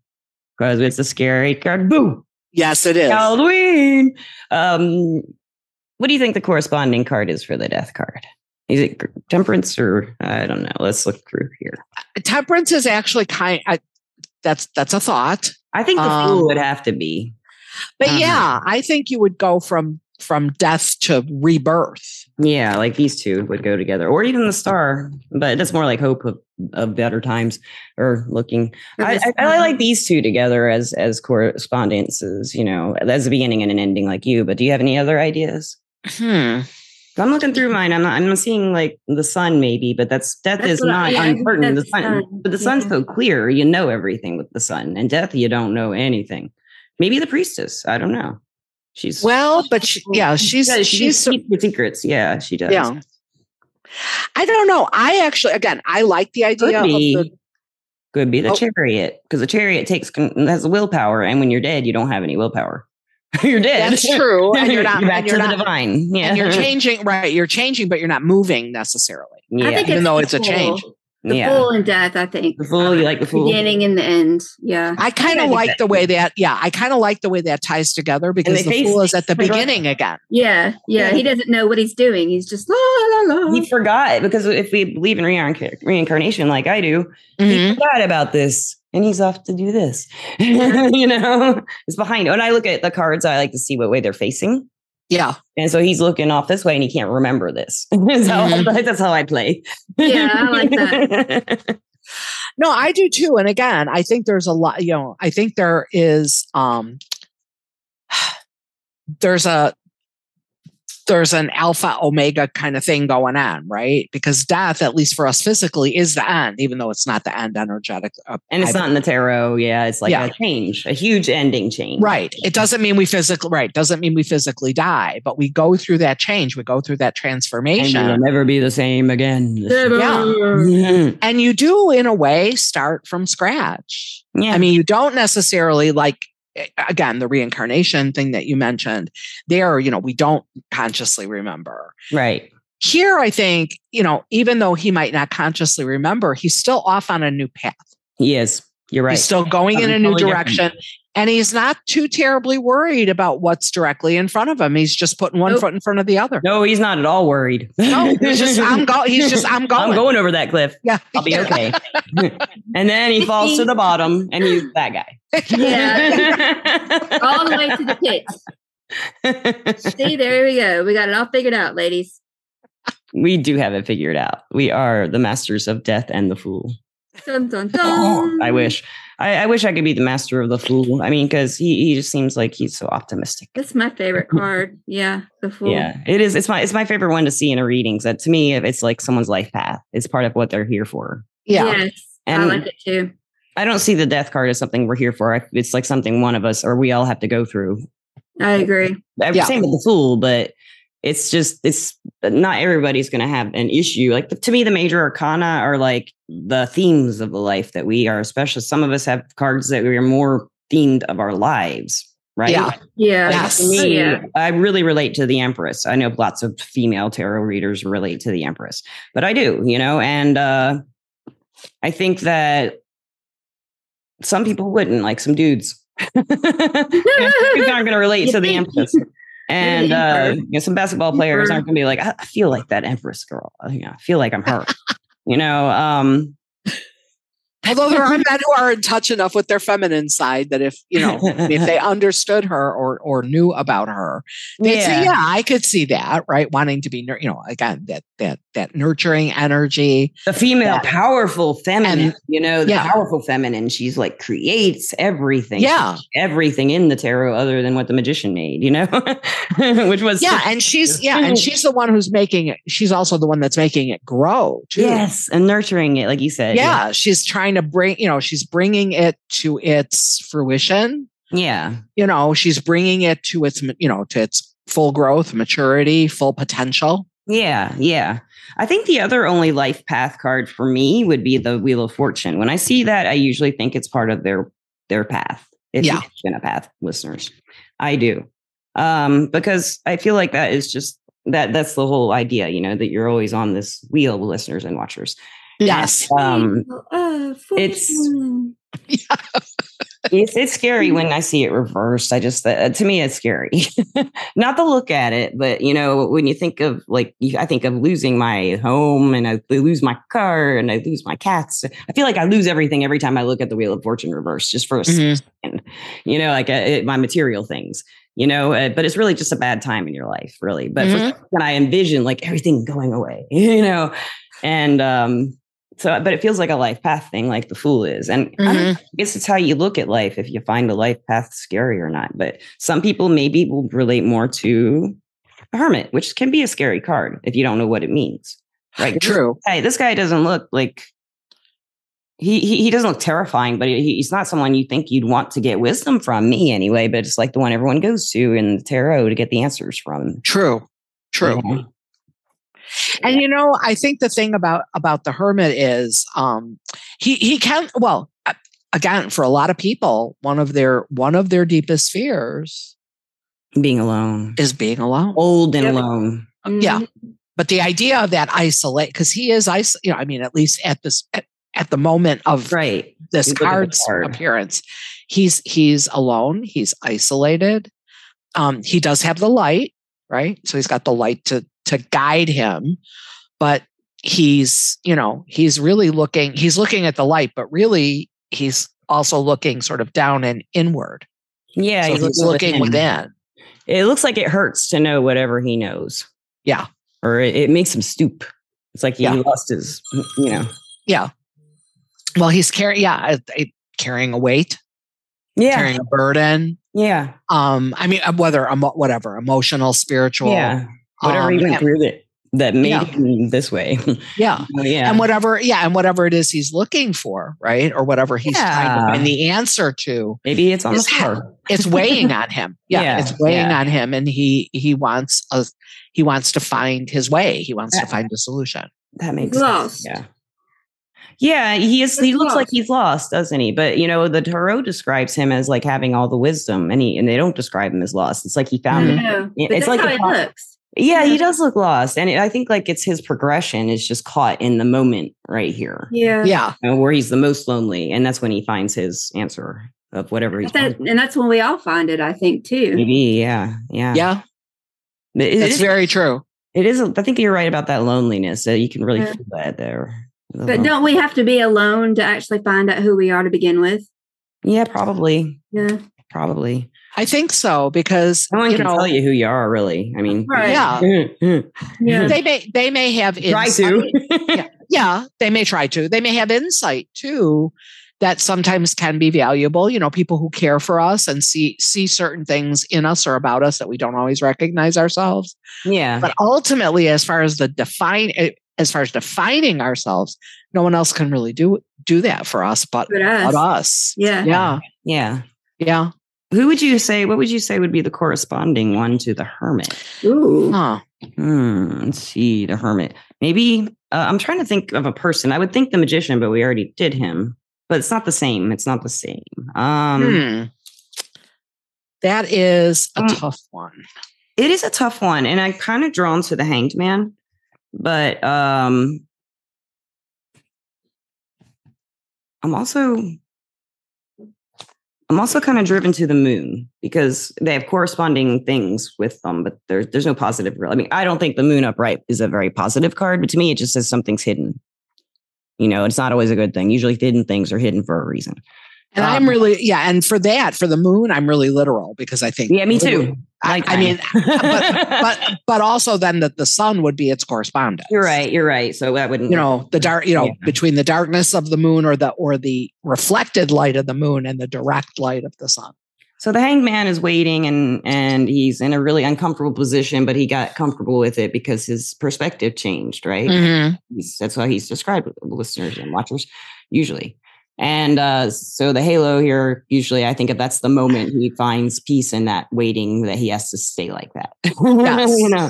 Speaker 1: because it's a scary card. Boo.
Speaker 2: Yes, it is.
Speaker 1: Halloween. Um, What do you think the corresponding card is for the death card? Is it temperance or I don't know? Let's look through here.
Speaker 2: Temperance is actually kind. I, that's that's a thought,
Speaker 1: I think the
Speaker 2: Um,
Speaker 1: fool would have to be.
Speaker 2: but
Speaker 1: Uh-huh.
Speaker 2: yeah, I think you would go from from death to rebirth.
Speaker 1: Yeah, like these two would go together, or even the star, but that's more like hope of, of better times or looking. I, I, I like these two together as as correspondences. You know, as a beginning and an ending, like you. But do you have any other ideas?
Speaker 2: Hmm.
Speaker 1: I'm looking through mine. I'm not. I'm seeing like the sun, maybe, but that's death
Speaker 3: That's
Speaker 1: is
Speaker 3: what
Speaker 1: not
Speaker 3: I- yeah, I think
Speaker 1: uncertain. The
Speaker 3: that's
Speaker 1: sun,
Speaker 3: sun,
Speaker 1: but the sun's
Speaker 3: yeah.
Speaker 1: so clear. You know everything with the sun, and death, you don't know anything. Maybe the priestess. I don't know. She's
Speaker 2: Well, but she, yeah, she's
Speaker 1: does. She
Speaker 2: she's
Speaker 1: keeps the secrets. Yeah, she does.
Speaker 2: yeah. I don't know. I actually, again, I like the
Speaker 1: Could
Speaker 2: idea of
Speaker 1: be.
Speaker 2: the
Speaker 1: could be the
Speaker 2: Oh.
Speaker 1: chariot because the chariot takes con- has willpower, and when you're dead, you don't have any willpower. you're dead.
Speaker 2: That's true. And you're not,
Speaker 1: back
Speaker 2: and you're
Speaker 1: to the
Speaker 2: not
Speaker 1: divine. Yeah.
Speaker 2: and you're changing, right? You're changing, but you're not moving necessarily.
Speaker 1: yeah.
Speaker 3: I think
Speaker 2: Even
Speaker 3: it's
Speaker 2: though
Speaker 3: the
Speaker 2: it's a change.
Speaker 3: fool. The
Speaker 1: yeah.
Speaker 3: fool and death, I think.
Speaker 1: The fool. You like the fool.
Speaker 3: Beginning and the end. Yeah.
Speaker 2: I kind
Speaker 1: I
Speaker 2: of
Speaker 1: think
Speaker 2: like
Speaker 1: that-
Speaker 2: the way that, yeah, I kind of like the way that ties together because
Speaker 1: they
Speaker 2: the
Speaker 1: face-
Speaker 2: fool is at the
Speaker 1: they forgot-
Speaker 2: beginning again.
Speaker 3: Yeah. Yeah.
Speaker 1: Yeah.
Speaker 3: He doesn't know what he's doing. He's just la la la.
Speaker 2: Mm-hmm.
Speaker 1: He forgot because if we believe in reincarn- reincarnation, like I do,
Speaker 2: Mm-hmm.
Speaker 1: he forgot about this and he's off to do this. you know, it's behind. When I look at the cards, I like to see what way they're facing.
Speaker 2: Yeah.
Speaker 1: And so he's looking off this way and he can't remember this. that's, how,
Speaker 2: Mm-hmm.
Speaker 1: that's how I play.
Speaker 3: Yeah, I like that.
Speaker 2: No, I do too. And again, I think there's a lot, you know, I think there is um there's a there's an alpha omega kind of thing going on, right? Because death, at least for us physically, is the end, even though it's not the end energetic. uh,
Speaker 1: and it's
Speaker 2: I-
Speaker 1: not in the tarot. Yeah, it's like
Speaker 2: Yeah.
Speaker 1: a change, a huge ending change.
Speaker 2: Right. It doesn't mean we physically right. Doesn't mean we physically die, but we go through that change. We go through that
Speaker 1: And
Speaker 2: transformation.
Speaker 1: you'll never be the same again. Mhm.
Speaker 2: and you do, in a way, start from scratch.
Speaker 1: Yeah.
Speaker 2: I mean, you don't necessarily like eh, again the reincarnation thing that you mentioned. There, you know, we don't consciously remember.
Speaker 1: right.
Speaker 2: Here, I think, you know, even though he might not consciously remember, he's still off on a new path.
Speaker 1: He is. You're right.
Speaker 2: He's still going in a
Speaker 1: Something
Speaker 2: new
Speaker 1: totally
Speaker 2: direction.
Speaker 1: different.
Speaker 2: And he's not too terribly worried about what's directly in front of him. He's just putting one
Speaker 3: Nope.
Speaker 2: foot in front of the other.
Speaker 1: No, he's not at all worried.
Speaker 2: No, he's just I'm go- he's just I'm going.
Speaker 1: I'm going over that cliff.
Speaker 2: Yeah.
Speaker 1: I'll be okay. and then he falls to the bottom and he's that guy.
Speaker 3: All the way to the pit. See, there we go. We got it all figured out, ladies.
Speaker 1: we do have it figured out. We are the masters of death and the fool.
Speaker 3: Dun, dun, dun.
Speaker 1: Oh, I wish. I, I wish I could be the master of the fool. I mean, because he, he just seems like he's so optimistic.
Speaker 3: That's my favorite card. Yeah. The fool.
Speaker 1: Yeah, it is. It's my it's my favorite one to see in a readings. That to me, it's like someone's life path. It's part of what they're here for.
Speaker 2: Yeah.
Speaker 3: Yes. I
Speaker 1: And
Speaker 3: like it too.
Speaker 1: I don't see the death card as something we're here for. I- It's like something one of us or we all have to go through.
Speaker 3: I agree.
Speaker 1: I'm
Speaker 2: Yeah.
Speaker 1: saying with the fool, but it's just it's uh, not everybody's going to have an issue. Like to me, the major arcana are like the themes of the life that we are. Especially some of us have cards that we are more themed of our lives, right?
Speaker 2: Yeah.
Speaker 3: Yeah.
Speaker 1: Like,
Speaker 2: Yes.
Speaker 1: to me,
Speaker 3: Oh, yeah.
Speaker 1: I really relate to the Empress. I know lots of female tarot readers relate to the Empress, but I do, you know, and uh, I think that some people wouldn't, like some dudes. Dudes aren't going to relate
Speaker 3: You
Speaker 1: to the
Speaker 3: think?
Speaker 1: Empress. And uh, you know, some basketball players aren't going to be like, I I feel like that Empress girl. Uh, You know, I feel like I'm her. you know, um,
Speaker 2: Although there are men who are in touch enough with their feminine side that if you know if they understood her or or knew about her, they'd say, "Yeah, I could see that." Right, wanting to be nur- you know again that that that nurturing energy.
Speaker 1: the female
Speaker 2: Yeah.
Speaker 1: powerful feminine
Speaker 2: And-
Speaker 1: you know the
Speaker 2: yeah.
Speaker 1: powerful feminine she's like creates everything
Speaker 2: Yeah,
Speaker 1: everything in the tarot other than what the magician made you know which was
Speaker 2: yeah, and she's yeah, and she's the one who's making it. She's also the one that's making it grow too.
Speaker 1: yes and nurturing it like you said
Speaker 2: Yeah, she's trying to bring, you know, she's bringing it to its fruition
Speaker 1: yeah
Speaker 2: you know she's bringing it to its you know to its full growth maturity full potential
Speaker 1: yeah yeah i think the other only life path card for me would be the wheel of fortune when i see that i usually think it's part of their their path if
Speaker 2: Yeah.
Speaker 1: you've been a path listeners i do um because i feel like that is just that that's the whole idea you know that you're always on this wheel listeners and watchers
Speaker 2: yes
Speaker 1: Um,
Speaker 3: Oh,
Speaker 1: it's-
Speaker 3: fortune.
Speaker 1: it's, it's scary when I see it reversed. I just, uh, to me, it's scary. Not to look at it, but you know, when you think of like, you, I think of losing my home and I lose my car and I lose my cats. I feel like I lose everything every time I look at the Wheel of Fortune reverse, just for a
Speaker 2: Mhm.
Speaker 1: second, you know, like uh, it, my material things, you know, uh, but it's really just a bad time in your life, really. But for
Speaker 2: Mhm.
Speaker 1: some reason, I envision like everything going away, you know, and, um, so, but it feels like a life path thing, like the fool is. And I don't
Speaker 2: Mhm.
Speaker 1: I guess it's how you look at life if you find a life path scary or not. But some people maybe will relate more to a hermit, which can be a scary card if you don't know what it means. Right.
Speaker 2: True.
Speaker 1: Hey, this guy doesn't look like he, he he doesn't look terrifying, but he, he's not someone you think you'd want to get wisdom from me anyway. But it's like the one everyone goes to in the tarot to get the answers from.
Speaker 2: True. True.
Speaker 1: Yeah.
Speaker 2: And you know, I think the thing about about the hermit is um he he can well uh, again for a lot of people one of their one of their deepest fears
Speaker 1: Being alone,
Speaker 2: is being alone.
Speaker 1: old and
Speaker 3: Yeah.
Speaker 1: alone.
Speaker 2: Yeah. But the idea of that isolate cuz he is is you know I mean at least at this at, at the moment of
Speaker 1: Right.
Speaker 2: this
Speaker 1: You look at the
Speaker 2: card's
Speaker 1: card.
Speaker 2: appearance he's he's alone, he's isolated. Um he does have the light, right? So he's got the light to to guide him, but he's, you know, he's really looking he's looking at the light, but really he's also looking sort of down and inward.
Speaker 1: Yeah.
Speaker 2: so
Speaker 1: he's
Speaker 2: he's looking within.
Speaker 1: It looks like it hurts to know whatever he knows.
Speaker 2: Yeah.
Speaker 1: Or it, it makes him stoop. It's like he
Speaker 2: Yeah.
Speaker 1: lost his, you know.
Speaker 2: Well, he's carrying yeah, it- it- carrying a weight,
Speaker 1: Yeah.
Speaker 2: carrying a burden.
Speaker 1: Yeah.
Speaker 2: um i mean uh, whether emo- whatever emotional spiritual
Speaker 1: yeah. Whatever
Speaker 2: um,
Speaker 1: he went
Speaker 2: and-
Speaker 1: through that, that made
Speaker 2: Yeah.
Speaker 1: him this way.
Speaker 2: yeah
Speaker 1: Oh, yeah.
Speaker 2: and whatever yeah and whatever it is he's looking for right or whatever he's trying
Speaker 1: Yeah.
Speaker 2: to find the answer to
Speaker 1: Maybe it's on the
Speaker 2: It's-
Speaker 1: floor.
Speaker 2: it's weighing on him yeah,
Speaker 1: Yeah,
Speaker 2: it's weighing
Speaker 1: yeah.
Speaker 2: on him and he he wants a he wants to find his way he wants to
Speaker 1: Yeah.
Speaker 2: find a solution
Speaker 1: That makes
Speaker 3: Lost.
Speaker 1: sense. Yeah. Yeah, he is. He
Speaker 3: He's
Speaker 1: looks like
Speaker 3: lost.
Speaker 1: he's lost, doesn't he? But you know, the tarot describes him as like having all the wisdom, and he and they don't describe him as lost. It's like he found.
Speaker 2: Mhm.
Speaker 1: it.
Speaker 3: No,
Speaker 1: Yeah,
Speaker 3: but
Speaker 1: it's
Speaker 3: that's
Speaker 1: like
Speaker 3: how
Speaker 1: a
Speaker 3: it
Speaker 1: pro-
Speaker 3: looks.
Speaker 1: Yeah, he
Speaker 3: Yeah.
Speaker 1: does look lost, and it, I think like it's his progression is just caught in the moment right here.
Speaker 3: Yeah.
Speaker 2: yeah
Speaker 1: know, where he's the most lonely, and that's when he finds his answer of whatever he's
Speaker 3: But that- and that's when we all find it, I think, too.
Speaker 1: maybe. Yeah, yeah,
Speaker 2: yeah
Speaker 1: It- it
Speaker 2: that's
Speaker 1: is-
Speaker 2: very true
Speaker 1: it is. I think you're right about that loneliness. That you can really
Speaker 3: Yeah.
Speaker 1: feel that there. The
Speaker 3: But
Speaker 1: lon-
Speaker 3: don't we have to be alone to actually find out who we are to begin with?
Speaker 1: yeah, probably,
Speaker 3: Yeah.
Speaker 1: probably.
Speaker 2: i think so because
Speaker 1: No one
Speaker 2: you
Speaker 1: can
Speaker 2: know
Speaker 1: tell you who you are, really. I mean, hmm,
Speaker 3: Right.
Speaker 2: yeah
Speaker 1: Yeah.
Speaker 2: they may they may have
Speaker 1: try
Speaker 2: insight-
Speaker 1: to.
Speaker 2: yeah, they may try to. They may have insight too that sometimes can be valuable. You know, people who care for us and see see certain things in us or about us that we don't always recognize ourselves.
Speaker 1: yeah,
Speaker 2: But ultimately, as far as the define eh, as far as defining ourselves, no one else can really do do that for us but,
Speaker 3: But us.
Speaker 2: but us.
Speaker 3: Yeah.
Speaker 2: Yeah.
Speaker 1: yeah.
Speaker 2: Yeah.
Speaker 1: Who would you say? What would you say would be the corresponding one to the hermit?
Speaker 3: Ooh.
Speaker 2: Huh.
Speaker 1: Hmm, let's see, the hermit. Maybe uh, I'm trying to think of a person. I would think the magician, but we already did him. But it's not the same. It's not the same. Um,
Speaker 2: Hmm. That is a
Speaker 1: Mm.
Speaker 2: tough one.
Speaker 1: It is a tough one, and I'm kind of drawn to the hanged man, but um, I'm also I'm also kind of driven to the moon because they have corresponding things with them, but there's there's no positive. Real, I mean, I don't think the moon upright is a very positive card, but to me, it just says something's hidden. You know, it's not always a good thing. Usually, hidden things are hidden for a reason.
Speaker 2: And
Speaker 1: Um,
Speaker 2: I'm really yeah, and for that, for the moon, I'm really literal because I think
Speaker 1: Yeah, me too.
Speaker 2: I, I
Speaker 1: Nighttime.
Speaker 2: mean, but but also then that the sun would be its correspondent.
Speaker 1: you're right. You're right. So that wouldn't
Speaker 2: You know, the dark, you know,
Speaker 1: Yeah.
Speaker 2: between the darkness of the moon or the or the reflected light of the moon and the direct light of the sun.
Speaker 1: So the hanged man is waiting and and he's in a really uncomfortable position, but he got comfortable with it because his perspective changed, right?
Speaker 2: Mm-hmm.
Speaker 1: He's, that's how he's described with listeners and watchers usually. And uh, so the halo here, usually, I think if that's the moment he finds peace in that waiting, that he has to stay like that. you know?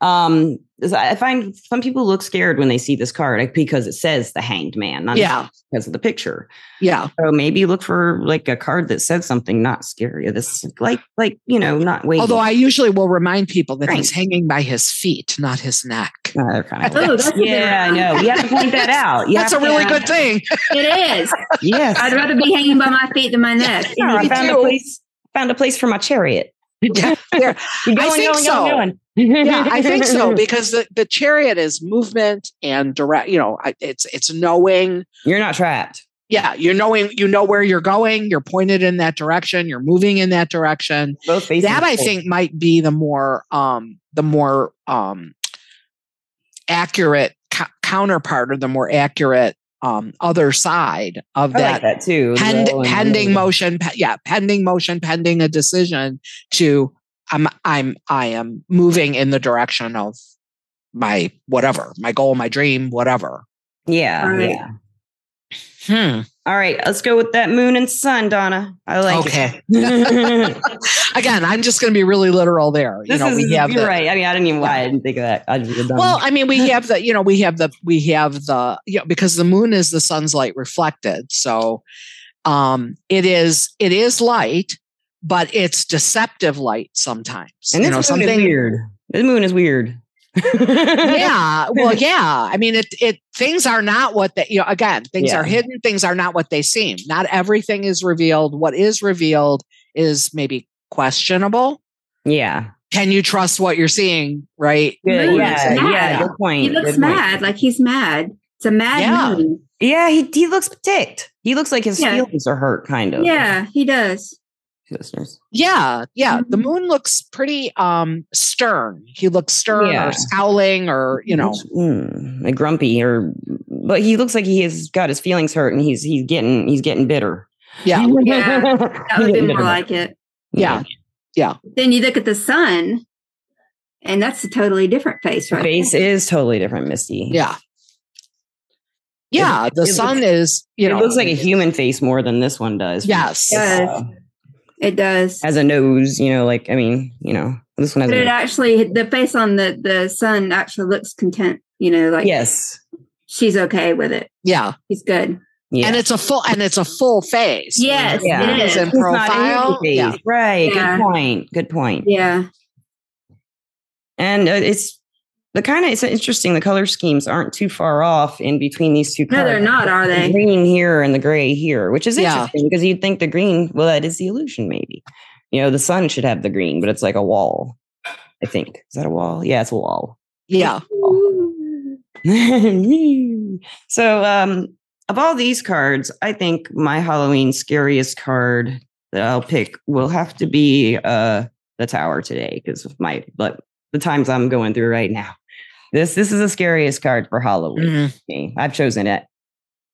Speaker 1: um, is- I find some people look scared when they see this card like, because it says the hanged man, not
Speaker 2: Yeah.
Speaker 1: because of the picture.
Speaker 2: Yeah.
Speaker 1: So maybe look for like a card that said something not scary. This like like you know not waiting. Uh,
Speaker 2: Although I usually will remind people that
Speaker 1: Right.
Speaker 2: he's hanging by his feet, not his neck.
Speaker 1: No, they're kind of.
Speaker 3: Oh, that's a good
Speaker 1: yeah, I
Speaker 3: one.
Speaker 1: know. You have to point that out. You
Speaker 2: That's a
Speaker 1: have to-
Speaker 2: really good thing.
Speaker 3: It is.
Speaker 1: Yes.
Speaker 3: I'd rather be hanging by my feet than my neck.
Speaker 1: Yeah, I
Speaker 2: Me
Speaker 1: found a
Speaker 2: too.
Speaker 1: place. Found a place for my chariot.
Speaker 2: Yeah, there-
Speaker 1: You're
Speaker 2: I
Speaker 1: going,
Speaker 2: think
Speaker 1: going,
Speaker 2: so.
Speaker 1: going, going.
Speaker 2: yeah, I think so because the, the chariot is movement and direct. You know, I- it's it's knowing.
Speaker 1: You're not trapped.
Speaker 2: Yeah, you're knowing. You know where you're going. You're pointed in that direction. You're moving in that direction.
Speaker 1: Both faces.
Speaker 2: that I
Speaker 1: full.
Speaker 2: think might be the more um the more um accurate co- counterpart or the more accurate um other side of
Speaker 1: I like
Speaker 2: that,
Speaker 1: that too.
Speaker 2: pend-
Speaker 1: low and-
Speaker 2: pending motion pe- yeah pending motion pending a decision to I'm I'm I am moving in the direction of my whatever my goal my dream whatever Hmm,
Speaker 1: Yeah,
Speaker 3: Right.
Speaker 1: yeah. All right, let's go with that moon and sun, Donna. I like
Speaker 2: okay
Speaker 1: it.
Speaker 2: again I'm just going to be really literal there
Speaker 1: this
Speaker 2: you know
Speaker 1: is
Speaker 2: we have
Speaker 1: you're
Speaker 2: the-
Speaker 1: right. I mean, I didn't even why I didn't think of that. I just you're dumb.
Speaker 2: Well, I mean, we have the, you know, we have the, we have the, you know, because the moon is the sun's light reflected. So um it is, it is light, but it's deceptive light sometimes.
Speaker 1: and this
Speaker 2: you know,
Speaker 1: moon
Speaker 2: something.
Speaker 1: is weird. This moon is weird.
Speaker 2: Yeah. Well, yeah. I mean, it, it, things are not what they, you know, again, things
Speaker 1: Yeah.
Speaker 2: are hidden, things are not what they seem. Not everything is revealed. What is revealed is maybe questionable.
Speaker 1: yeah,
Speaker 2: Can you trust what you're seeing? Right.
Speaker 1: good.
Speaker 3: Moon
Speaker 1: Yeah,
Speaker 3: is
Speaker 1: yeah.
Speaker 3: mad.
Speaker 1: Good point.
Speaker 3: He looks
Speaker 1: good point.
Speaker 3: mad, like he's mad. It's a mad
Speaker 2: Yeah.
Speaker 3: moon.
Speaker 1: Yeah, he he looks ticked. He looks like his
Speaker 3: Yeah.
Speaker 1: feelings are hurt, kind of.
Speaker 3: Yeah, he does.
Speaker 1: listeners.
Speaker 2: Yeah, yeah. The
Speaker 3: Mhm.
Speaker 1: Mm-hmm.
Speaker 2: moon looks pretty um stern. He looks stern
Speaker 1: Yeah.
Speaker 2: or scowling or you know,
Speaker 1: Mm, like grumpy or, but he looks like he has got his feelings hurt and he's he's getting he's getting bitter.
Speaker 2: yeah,
Speaker 3: Yeah, That would be more like it.
Speaker 2: yeah.
Speaker 3: Then you look at the sun, and that's a totally different face, right?
Speaker 1: Face is totally different, Misty.
Speaker 2: Yeah. Yeah. The
Speaker 1: it
Speaker 2: sun is, you know
Speaker 1: it looks like a human face more than this one does.
Speaker 2: Yes.
Speaker 3: Yeah.
Speaker 1: Uh,
Speaker 3: It does.
Speaker 1: has a nose, you know, like I mean, you know, this one has
Speaker 3: But
Speaker 1: a
Speaker 3: it
Speaker 1: nose.
Speaker 3: actually, the face on the the sun actually looks content. You know, like
Speaker 1: yes.
Speaker 3: she's okay with it.
Speaker 2: Yeah.
Speaker 3: He's good.
Speaker 1: Yeah.
Speaker 2: And it's a full and it's a full face.
Speaker 3: Yes,
Speaker 1: Yeah.
Speaker 2: It is in
Speaker 1: It's not a
Speaker 2: profile.
Speaker 1: human face.
Speaker 2: Yeah.
Speaker 1: Right.
Speaker 3: Yeah.
Speaker 1: Good point. Good point.
Speaker 3: Yeah,
Speaker 1: And uh, it's the kind of it's interesting. The color schemes aren't too far off in between these two
Speaker 3: no,
Speaker 1: cards.
Speaker 3: they're not, are
Speaker 1: The
Speaker 3: they?
Speaker 1: green here and the gray here, which is
Speaker 2: Yeah.
Speaker 1: interesting because you'd think the green, well, that is the illusion, maybe. You know, the sun should have the green, but it's like a wall. I think. Is that a wall? Yeah, it's a wall.
Speaker 2: Yeah.
Speaker 1: so um of all these cards i think my halloween scariest card that i'll pick will have to be uh the tower today because of my but the times i'm going through right now this this is the scariest card for halloween
Speaker 2: Mhm.
Speaker 1: for me. i've chosen it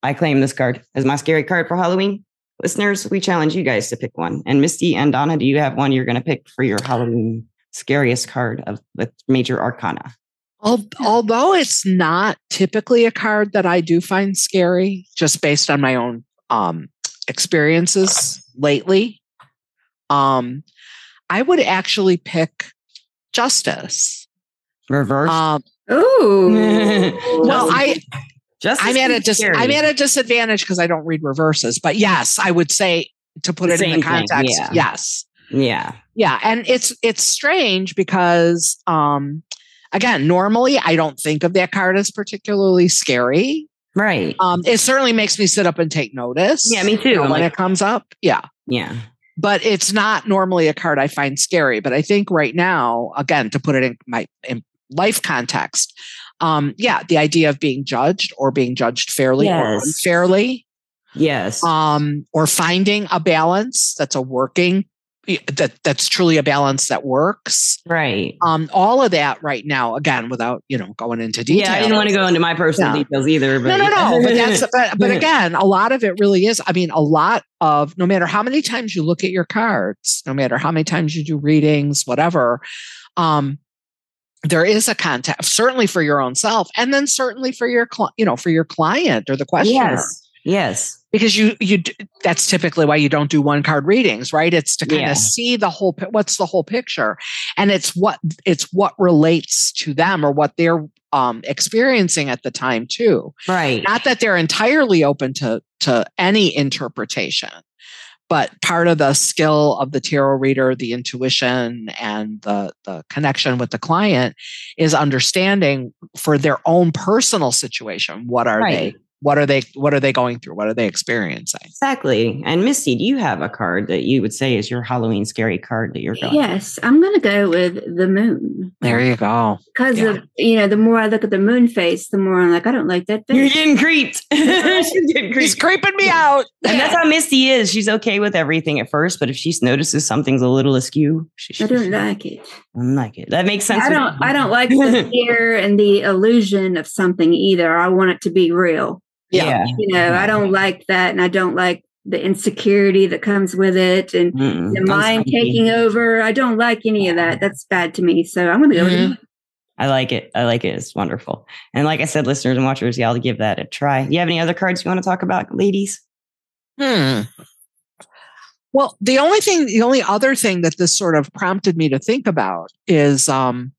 Speaker 1: i claim this card as my scary card for halloween listeners we challenge you guys to pick one and misty and donna do you have one you're going to pick for your halloween scariest card of the major arcana
Speaker 2: Al- Although it's not typically a card that I do find scary, just based on my own um, experiences lately, um, I would actually pick Justice.
Speaker 1: reverse
Speaker 2: Um,
Speaker 3: Ooh.
Speaker 2: well, I
Speaker 1: Just
Speaker 2: I'm
Speaker 1: as
Speaker 2: at a dis-
Speaker 1: scary.
Speaker 2: I'm at a disadvantage because I don't read reverses, but yes, I would say to put
Speaker 1: The
Speaker 2: it in
Speaker 1: same
Speaker 2: the
Speaker 1: thing,
Speaker 2: context.
Speaker 1: yeah.
Speaker 2: Yes,
Speaker 1: yeah.
Speaker 2: yeah and it's it's strange because um again normally i don't think of that card as particularly scary
Speaker 1: Right.
Speaker 2: um it certainly makes me sit up and take notice
Speaker 1: Yeah, me too.
Speaker 2: you know,
Speaker 1: I'm
Speaker 2: when
Speaker 1: like-
Speaker 2: it comes up yeah
Speaker 1: yeah.
Speaker 2: but it's not normally a card i find scary but i think right now again to put it in my in life context um yeah the idea of being judged or being judged fairly or
Speaker 1: Yes.
Speaker 2: unfairly
Speaker 1: Yes.
Speaker 2: um, or finding a balance that's a working that that's truly a balance that works.
Speaker 1: right.
Speaker 2: Um, all of that right now, again, without you know going into detail.
Speaker 1: Yeah, I didn't want to go into my personal
Speaker 2: Yeah.
Speaker 1: details either. But
Speaker 2: No, no, no. But that's but, but again, a lot of it really is. I mean, a lot of no matter how many times you look at your cards, no matter how many times you do readings, whatever, um, there is a contact certainly for your own self, and then certainly for your cli you know for your client or the questioner
Speaker 1: yes. Yes.
Speaker 2: because you you d- that's typically why you don't do one card readings right it's to kind
Speaker 1: Yeah.
Speaker 2: of see the whole pi- what's the whole picture and it's what it's what relates to them or what they're um experiencing at the time too
Speaker 1: Right.
Speaker 2: not that they're entirely open to to any interpretation but part of the skill of the tarot reader the intuition and the, the connection with the client is understanding for their own personal situation what are
Speaker 1: Right.
Speaker 2: they what are they what are they going through what are they experiencing
Speaker 1: Exactly. And Misty, do you have a card that you would say is your Halloween scary card that you're going?
Speaker 3: Yes, I'm going to go with the moon
Speaker 2: there you go
Speaker 3: because
Speaker 2: Yeah.
Speaker 3: of you know the more I look at the moon face, the more I'm like I don't like that
Speaker 1: You're
Speaker 3: face.
Speaker 1: getting creeped. She's getting
Speaker 2: he's
Speaker 1: creeped.
Speaker 2: creeping me out
Speaker 1: And that's how Misty is. She's okay with everything at first, but if she notices something's a little askew, she, she
Speaker 3: I don't like it.
Speaker 1: I'm like it. That makes sense.
Speaker 3: I
Speaker 1: with-
Speaker 3: don't. I don't like the fear and the illusion of something either. I want it to be real.
Speaker 1: Yeah.
Speaker 3: You know, I don't like that, and I don't like the insecurity that comes with it, and
Speaker 1: Mm-mm.
Speaker 3: the
Speaker 1: I'm
Speaker 3: mind
Speaker 1: spooky.
Speaker 3: taking over. I don't like any of that. That's bad to me. So I'm going to go. with
Speaker 2: Mhm.
Speaker 3: it.
Speaker 1: I like it. I like it. It's wonderful. And like I said, listeners and watchers, y'all give that a try. You have any other cards you want to talk about, ladies?
Speaker 2: Hmm. Well, the only thing, the only other thing that this sort of prompted me to think about is, um,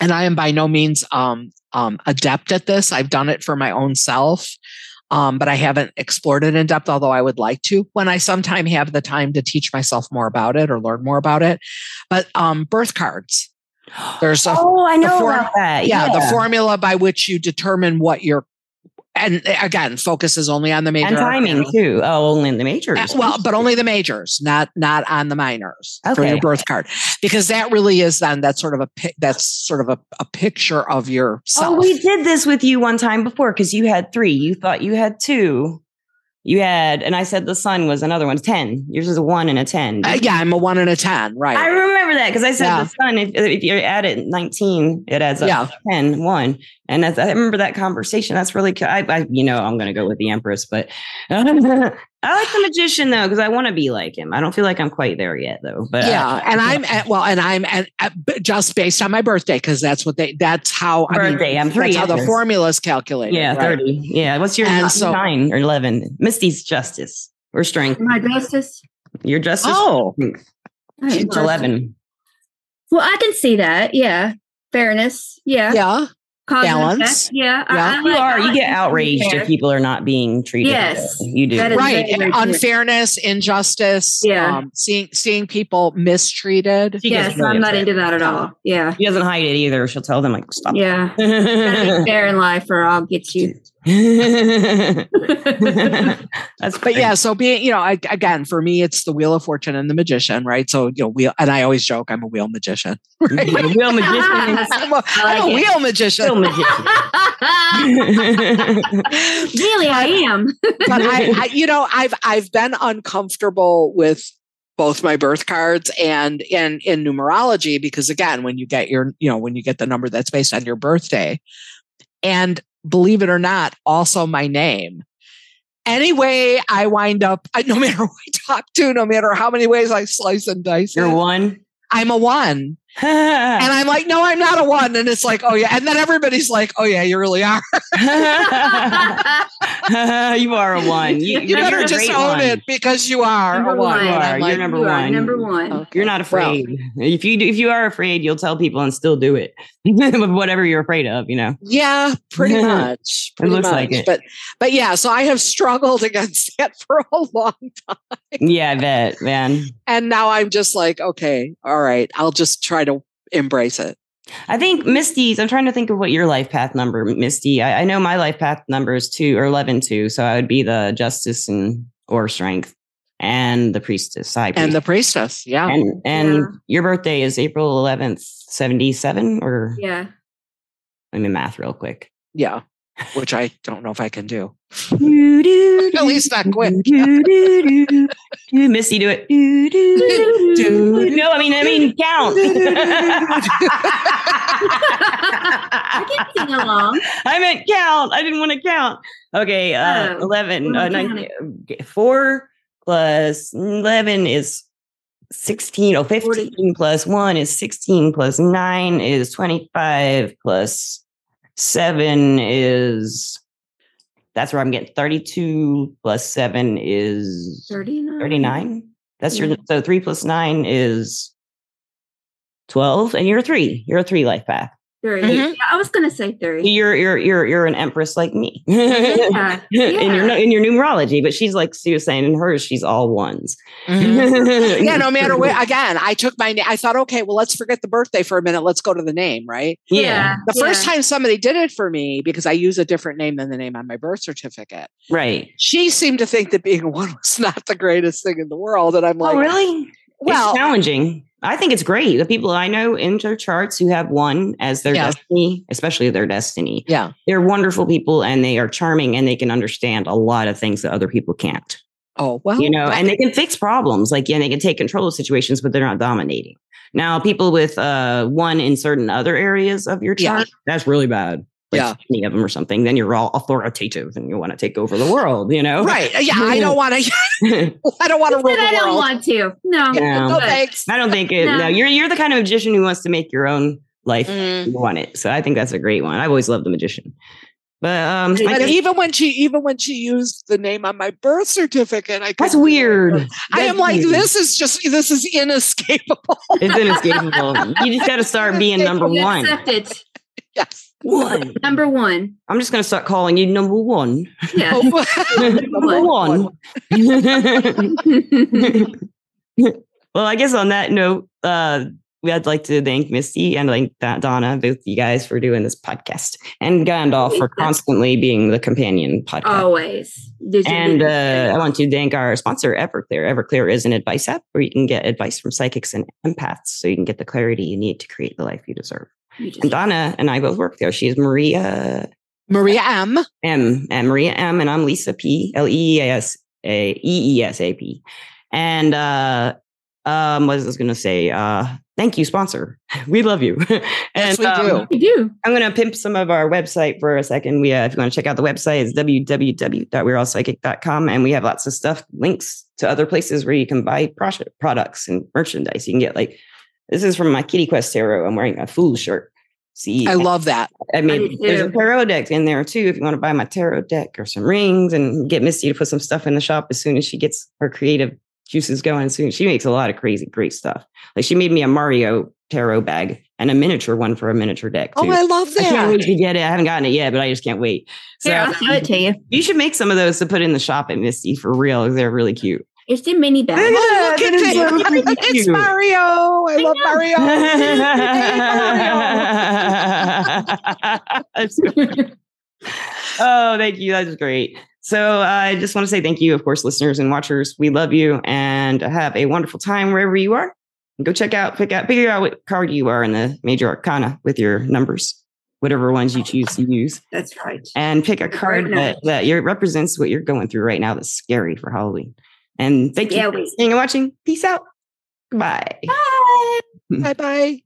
Speaker 2: and I am by no means um, um, adept at this. I've done it for my own self, um, but I haven't explored it in depth, although I would like to when I sometime have the time to teach myself more about it or learn more about it. But um, birth cards. There's a
Speaker 1: oh, I know
Speaker 2: form-
Speaker 1: about that.
Speaker 2: yeah,
Speaker 1: Yeah,
Speaker 2: the formula by which you determine what your and again focuses only on the major
Speaker 1: and timing
Speaker 2: arcana.
Speaker 1: too. Oh, only in the majors.
Speaker 2: Uh, Well, but only the majors, not not on the minors for
Speaker 1: Okay.
Speaker 2: your birth card, because that really is then that's sort of a pic- that's sort of a, a picture of yourself.
Speaker 1: Oh, we did this with you one time before because you had three. You thought you had two. You had, and I said the sun was another one. Ten. Yours is a one and a ten.
Speaker 2: Uh, yeah, I'm a one and a ten, right?
Speaker 1: I remember that because I said
Speaker 2: Yeah.
Speaker 1: the sun. If, if you add it nineteen, it adds up
Speaker 2: Yeah.
Speaker 1: to 10, 1. And that's, I remember that conversation. That's really cool. I, I you know, I'm going to go with the Empress, but I like the magician though because I want to be like him. I don't feel like I'm quite there yet though. But uh,
Speaker 2: yeah, and I'm at, well, and I'm at, at- b- just based on my birthday because that's what they that's how I mean,
Speaker 1: birthday, I'm three.
Speaker 2: that's how the
Speaker 1: Empress.
Speaker 2: formula is calculated.
Speaker 1: uh, Yeah,
Speaker 2: right?
Speaker 1: thirty. Yeah, what's your
Speaker 2: And
Speaker 1: nine,
Speaker 2: so-
Speaker 1: nine or eleven? Misty's justice or strength.
Speaker 3: My justice.
Speaker 1: Your justice.
Speaker 2: Oh,
Speaker 3: I
Speaker 1: She's
Speaker 3: am
Speaker 1: an
Speaker 3: justice.
Speaker 1: eleven.
Speaker 3: Well, I can see that. Yeah. Fairness. Yeah.
Speaker 2: yeah,
Speaker 3: Cause and effect,
Speaker 2: Balance.
Speaker 3: Yeah. I-
Speaker 2: Yeah.
Speaker 3: I
Speaker 1: You
Speaker 3: like- I
Speaker 1: are. You
Speaker 3: like
Speaker 1: get
Speaker 3: to be
Speaker 1: outraged
Speaker 3: fair.
Speaker 1: if people are not being treated.
Speaker 3: Yes,
Speaker 1: fairly. you do.
Speaker 3: that is-
Speaker 2: right.
Speaker 3: very, very true.
Speaker 2: Unfairness, injustice.
Speaker 3: Yeah.
Speaker 2: um, seeing seeing people mistreated.
Speaker 1: She gets
Speaker 3: Yes, I'm not
Speaker 1: upset.
Speaker 3: into that at all. Yeah.
Speaker 1: She doesn't hide it either. She'll tell them like, "Stop."
Speaker 3: Yeah. Gotta be fair in life or I'll get you.
Speaker 1: That's
Speaker 2: But
Speaker 1: great.
Speaker 2: yeah, so being, you know, I, again, for me, it's the Wheel of Fortune and the Magician, right? So, you know, wheel, and I always joke I'm a wheel magician.
Speaker 1: You're a real magician.
Speaker 2: I'm a,
Speaker 3: I
Speaker 2: am a
Speaker 3: like it.
Speaker 2: wheel
Speaker 1: Real
Speaker 2: magician.
Speaker 3: really,
Speaker 1: magician.
Speaker 3: I am.
Speaker 2: but I, I, you know, I've I've been uncomfortable with both my birth cards and and in numerology because again, when you get your, you know, when you get the number that's based on your birthday, and believe it or not, also my name. Any way I wind up, I, no matter who I talk to, no matter how many ways I slice and dice,
Speaker 1: You're
Speaker 2: it,
Speaker 1: one.
Speaker 2: I'm a one. And
Speaker 1: and
Speaker 2: I'm like, no, I'm not a one. And it's like, oh yeah. And then everybody's like, oh yeah, you really are.
Speaker 1: you are a one. You,
Speaker 2: You
Speaker 1: you're
Speaker 2: better
Speaker 1: a
Speaker 2: just
Speaker 1: great
Speaker 2: own
Speaker 1: one.
Speaker 2: it because you are
Speaker 3: Number
Speaker 2: a one.
Speaker 3: one.
Speaker 1: You
Speaker 2: And
Speaker 1: are.
Speaker 2: I'm
Speaker 1: You're
Speaker 2: like,
Speaker 1: number
Speaker 3: you are
Speaker 1: one. Oh.
Speaker 3: number one.
Speaker 2: okay,
Speaker 1: You're not
Speaker 2: well,
Speaker 1: afraid. If you do, if you are afraid, you'll tell people and still do it. But whatever you're afraid of, you know.
Speaker 2: yeah, pretty much. Pretty
Speaker 1: looks
Speaker 2: much.
Speaker 1: like it.
Speaker 2: But but yeah, so I have struggled against that for a long
Speaker 1: Yeah, I bet, man.
Speaker 2: and now I'm just like, okay, all right, I'll just try to embrace it.
Speaker 1: I think Misty's. I'm trying to think of what your life path number, Misty. I, I know my life path number is two or eleven two, so I would be the justice and or strength, and the priestess, high
Speaker 2: And
Speaker 1: priest.
Speaker 2: the priestess. Yeah.
Speaker 1: and and
Speaker 3: Yeah.
Speaker 1: your birthday is April 11th, 77, or
Speaker 3: Yeah.
Speaker 1: let me math real quick.
Speaker 2: Yeah. Which I don't know if I can do.
Speaker 1: At
Speaker 2: At least not quick.
Speaker 1: Misty, do it. Do, do, do, do, do. No, I mean, I mean, count.
Speaker 3: I can sing along.
Speaker 1: I meant count. I didn't want to count. Okay, uh,
Speaker 3: Oh,
Speaker 1: 11, uh,
Speaker 3: well, count
Speaker 1: 9, okay, 4 plus 11 is 16. Oh, 15 plus 1 is 16 plus 9 is 25 plus 7 is that's where I'm getting 32 plus 7 is
Speaker 3: 39.
Speaker 1: 39. That's your
Speaker 3: Yeah.
Speaker 1: so 3 plus 9 is 12 and you're a 3. You're a 3 life path.
Speaker 3: Three.
Speaker 1: Mm-hmm.
Speaker 2: Mhm.
Speaker 3: Yeah, I was gonna say three.
Speaker 1: You're you're you're you're an empress like me.
Speaker 3: Yeah.
Speaker 1: in your in your numerology, but she's like she was saying in hers, she's all ones.
Speaker 2: Mm-hmm. yeah, no matter where. Again, I took my. na- I thought, okay, well, let's forget the birthday for a minute. Let's go to the name, right?
Speaker 1: Yeah,
Speaker 2: The first time somebody did it for me because I use a different name than the name on my birth certificate.
Speaker 1: right.
Speaker 2: She seemed to think that being a one was not the greatest thing in the world, and I'm like,
Speaker 1: oh, really?
Speaker 2: Well,
Speaker 1: it's challenging. I think it's great. The people I know in their charts who have one as their
Speaker 2: Yes.
Speaker 1: destiny, especially their destiny,
Speaker 2: yeah,
Speaker 1: they're wonderful people and they are charming and they can understand a lot of things that other people can't.
Speaker 2: oh well,
Speaker 1: you know, and they can fix problems. Like, yeah, they can take control of situations, but they're not dominating. Now, people with uh, one in certain other areas of your
Speaker 2: Yeah.
Speaker 1: chart, that's really bad. Like
Speaker 2: Yeah.
Speaker 1: any of them or something, then you're all authoritative and you want to take over the world. You know,
Speaker 2: right? Yeah, I don't want to. I don't want to
Speaker 3: But
Speaker 2: rule the
Speaker 3: I don't
Speaker 2: world.
Speaker 3: want to. No.
Speaker 1: Yeah.
Speaker 2: No
Speaker 1: but-
Speaker 2: thanks.
Speaker 1: I don't think it.
Speaker 3: No.
Speaker 1: No, you're you're the kind of magician who wants to make your own life.
Speaker 2: Mm.
Speaker 1: You want it, so I think that's a great one. I've always loved the magician, but um, I
Speaker 2: And
Speaker 1: think-
Speaker 2: even when she, even when she used the name on my birth certificate, I
Speaker 1: that's
Speaker 2: couldn't believe
Speaker 1: weird.
Speaker 2: it. I
Speaker 1: That's
Speaker 2: am like,
Speaker 1: weird.
Speaker 2: this is just, this is inescapable.
Speaker 1: It's inescapable. you just got to start being number
Speaker 3: You
Speaker 1: one.
Speaker 3: accept it.
Speaker 2: yes.
Speaker 1: One.
Speaker 3: Number one.
Speaker 1: I'm just gonna start calling you number one.
Speaker 3: Yeah.
Speaker 1: number one. well, I guess on that note, uh, I'd like to thank Misty and like Da- Donna, both you guys, for doing this podcast, and Gandalf for constantly being the companion podcast.
Speaker 3: Always. Did you
Speaker 1: And
Speaker 3: do-
Speaker 1: uh, I want to thank our sponsor, Everclear. Everclear is an advice app where you can get advice from psychics and empaths so you can get the clarity you need to create the life you deserve.
Speaker 3: you just-
Speaker 1: And Donna and I both work there. She's Maria
Speaker 2: Maria M.
Speaker 1: M, and Maria M, and I'm Lisa P, L E E S A E E S A P. And uh, um, what was I going to say? Uh, thank you, sponsor. We love you. and,
Speaker 2: Yes, we
Speaker 1: um,
Speaker 2: do.
Speaker 3: you do.
Speaker 1: I'm going to pimp some of our website for a second. We, uh, if you want to check out the website, it's www.we'reallpsychic.com. And we have lots of stuff, links to other places where you can buy pros- products and merchandise. You can get like, this is from my Kitty Quest Tarot. I'm wearing a fool shirt. See,
Speaker 2: I love that.
Speaker 1: I mean,
Speaker 3: do
Speaker 1: there's a
Speaker 3: too.
Speaker 1: tarot deck in there too. If you want to buy my tarot deck or some rings and get Misty to put some stuff in the shop as soon as she gets her creative juices going. As soon as she makes a lot of crazy, great stuff. Like she made me a Mario tarot bag and a miniature one for a miniature deck too.
Speaker 2: Oh, I love
Speaker 1: I can't
Speaker 2: that.
Speaker 1: wait to get it. I haven't gotten it yet, but I just can't wait. So
Speaker 3: Here, I'll show it to you.
Speaker 1: you should make some of those to put in the shop at Misty for real. They're really cute.
Speaker 3: It's in mini
Speaker 1: Look
Speaker 3: bag.
Speaker 2: Oh,
Speaker 1: at that.
Speaker 2: look at that.
Speaker 1: Look at
Speaker 2: It's
Speaker 1: you.
Speaker 2: Mario. I love
Speaker 3: know.
Speaker 1: Oh,
Speaker 2: Mario.
Speaker 1: That's so Oh, thank you. That was great. So I just want to say thank you, of course, listeners and watchers. We love you and have a wonderful time wherever you are. Go check out, pick out, figure out what card you are in the major arcana with your numbers, whatever ones you choose to use,
Speaker 3: That's right.
Speaker 1: and pick a card
Speaker 3: now.
Speaker 1: that, that your, represents what you're going through right now that's scary for Halloween. And thank you
Speaker 3: Yeah,
Speaker 1: for
Speaker 3: we-
Speaker 1: listening and watching. Peace out. Goodbye.
Speaker 2: Bye bye.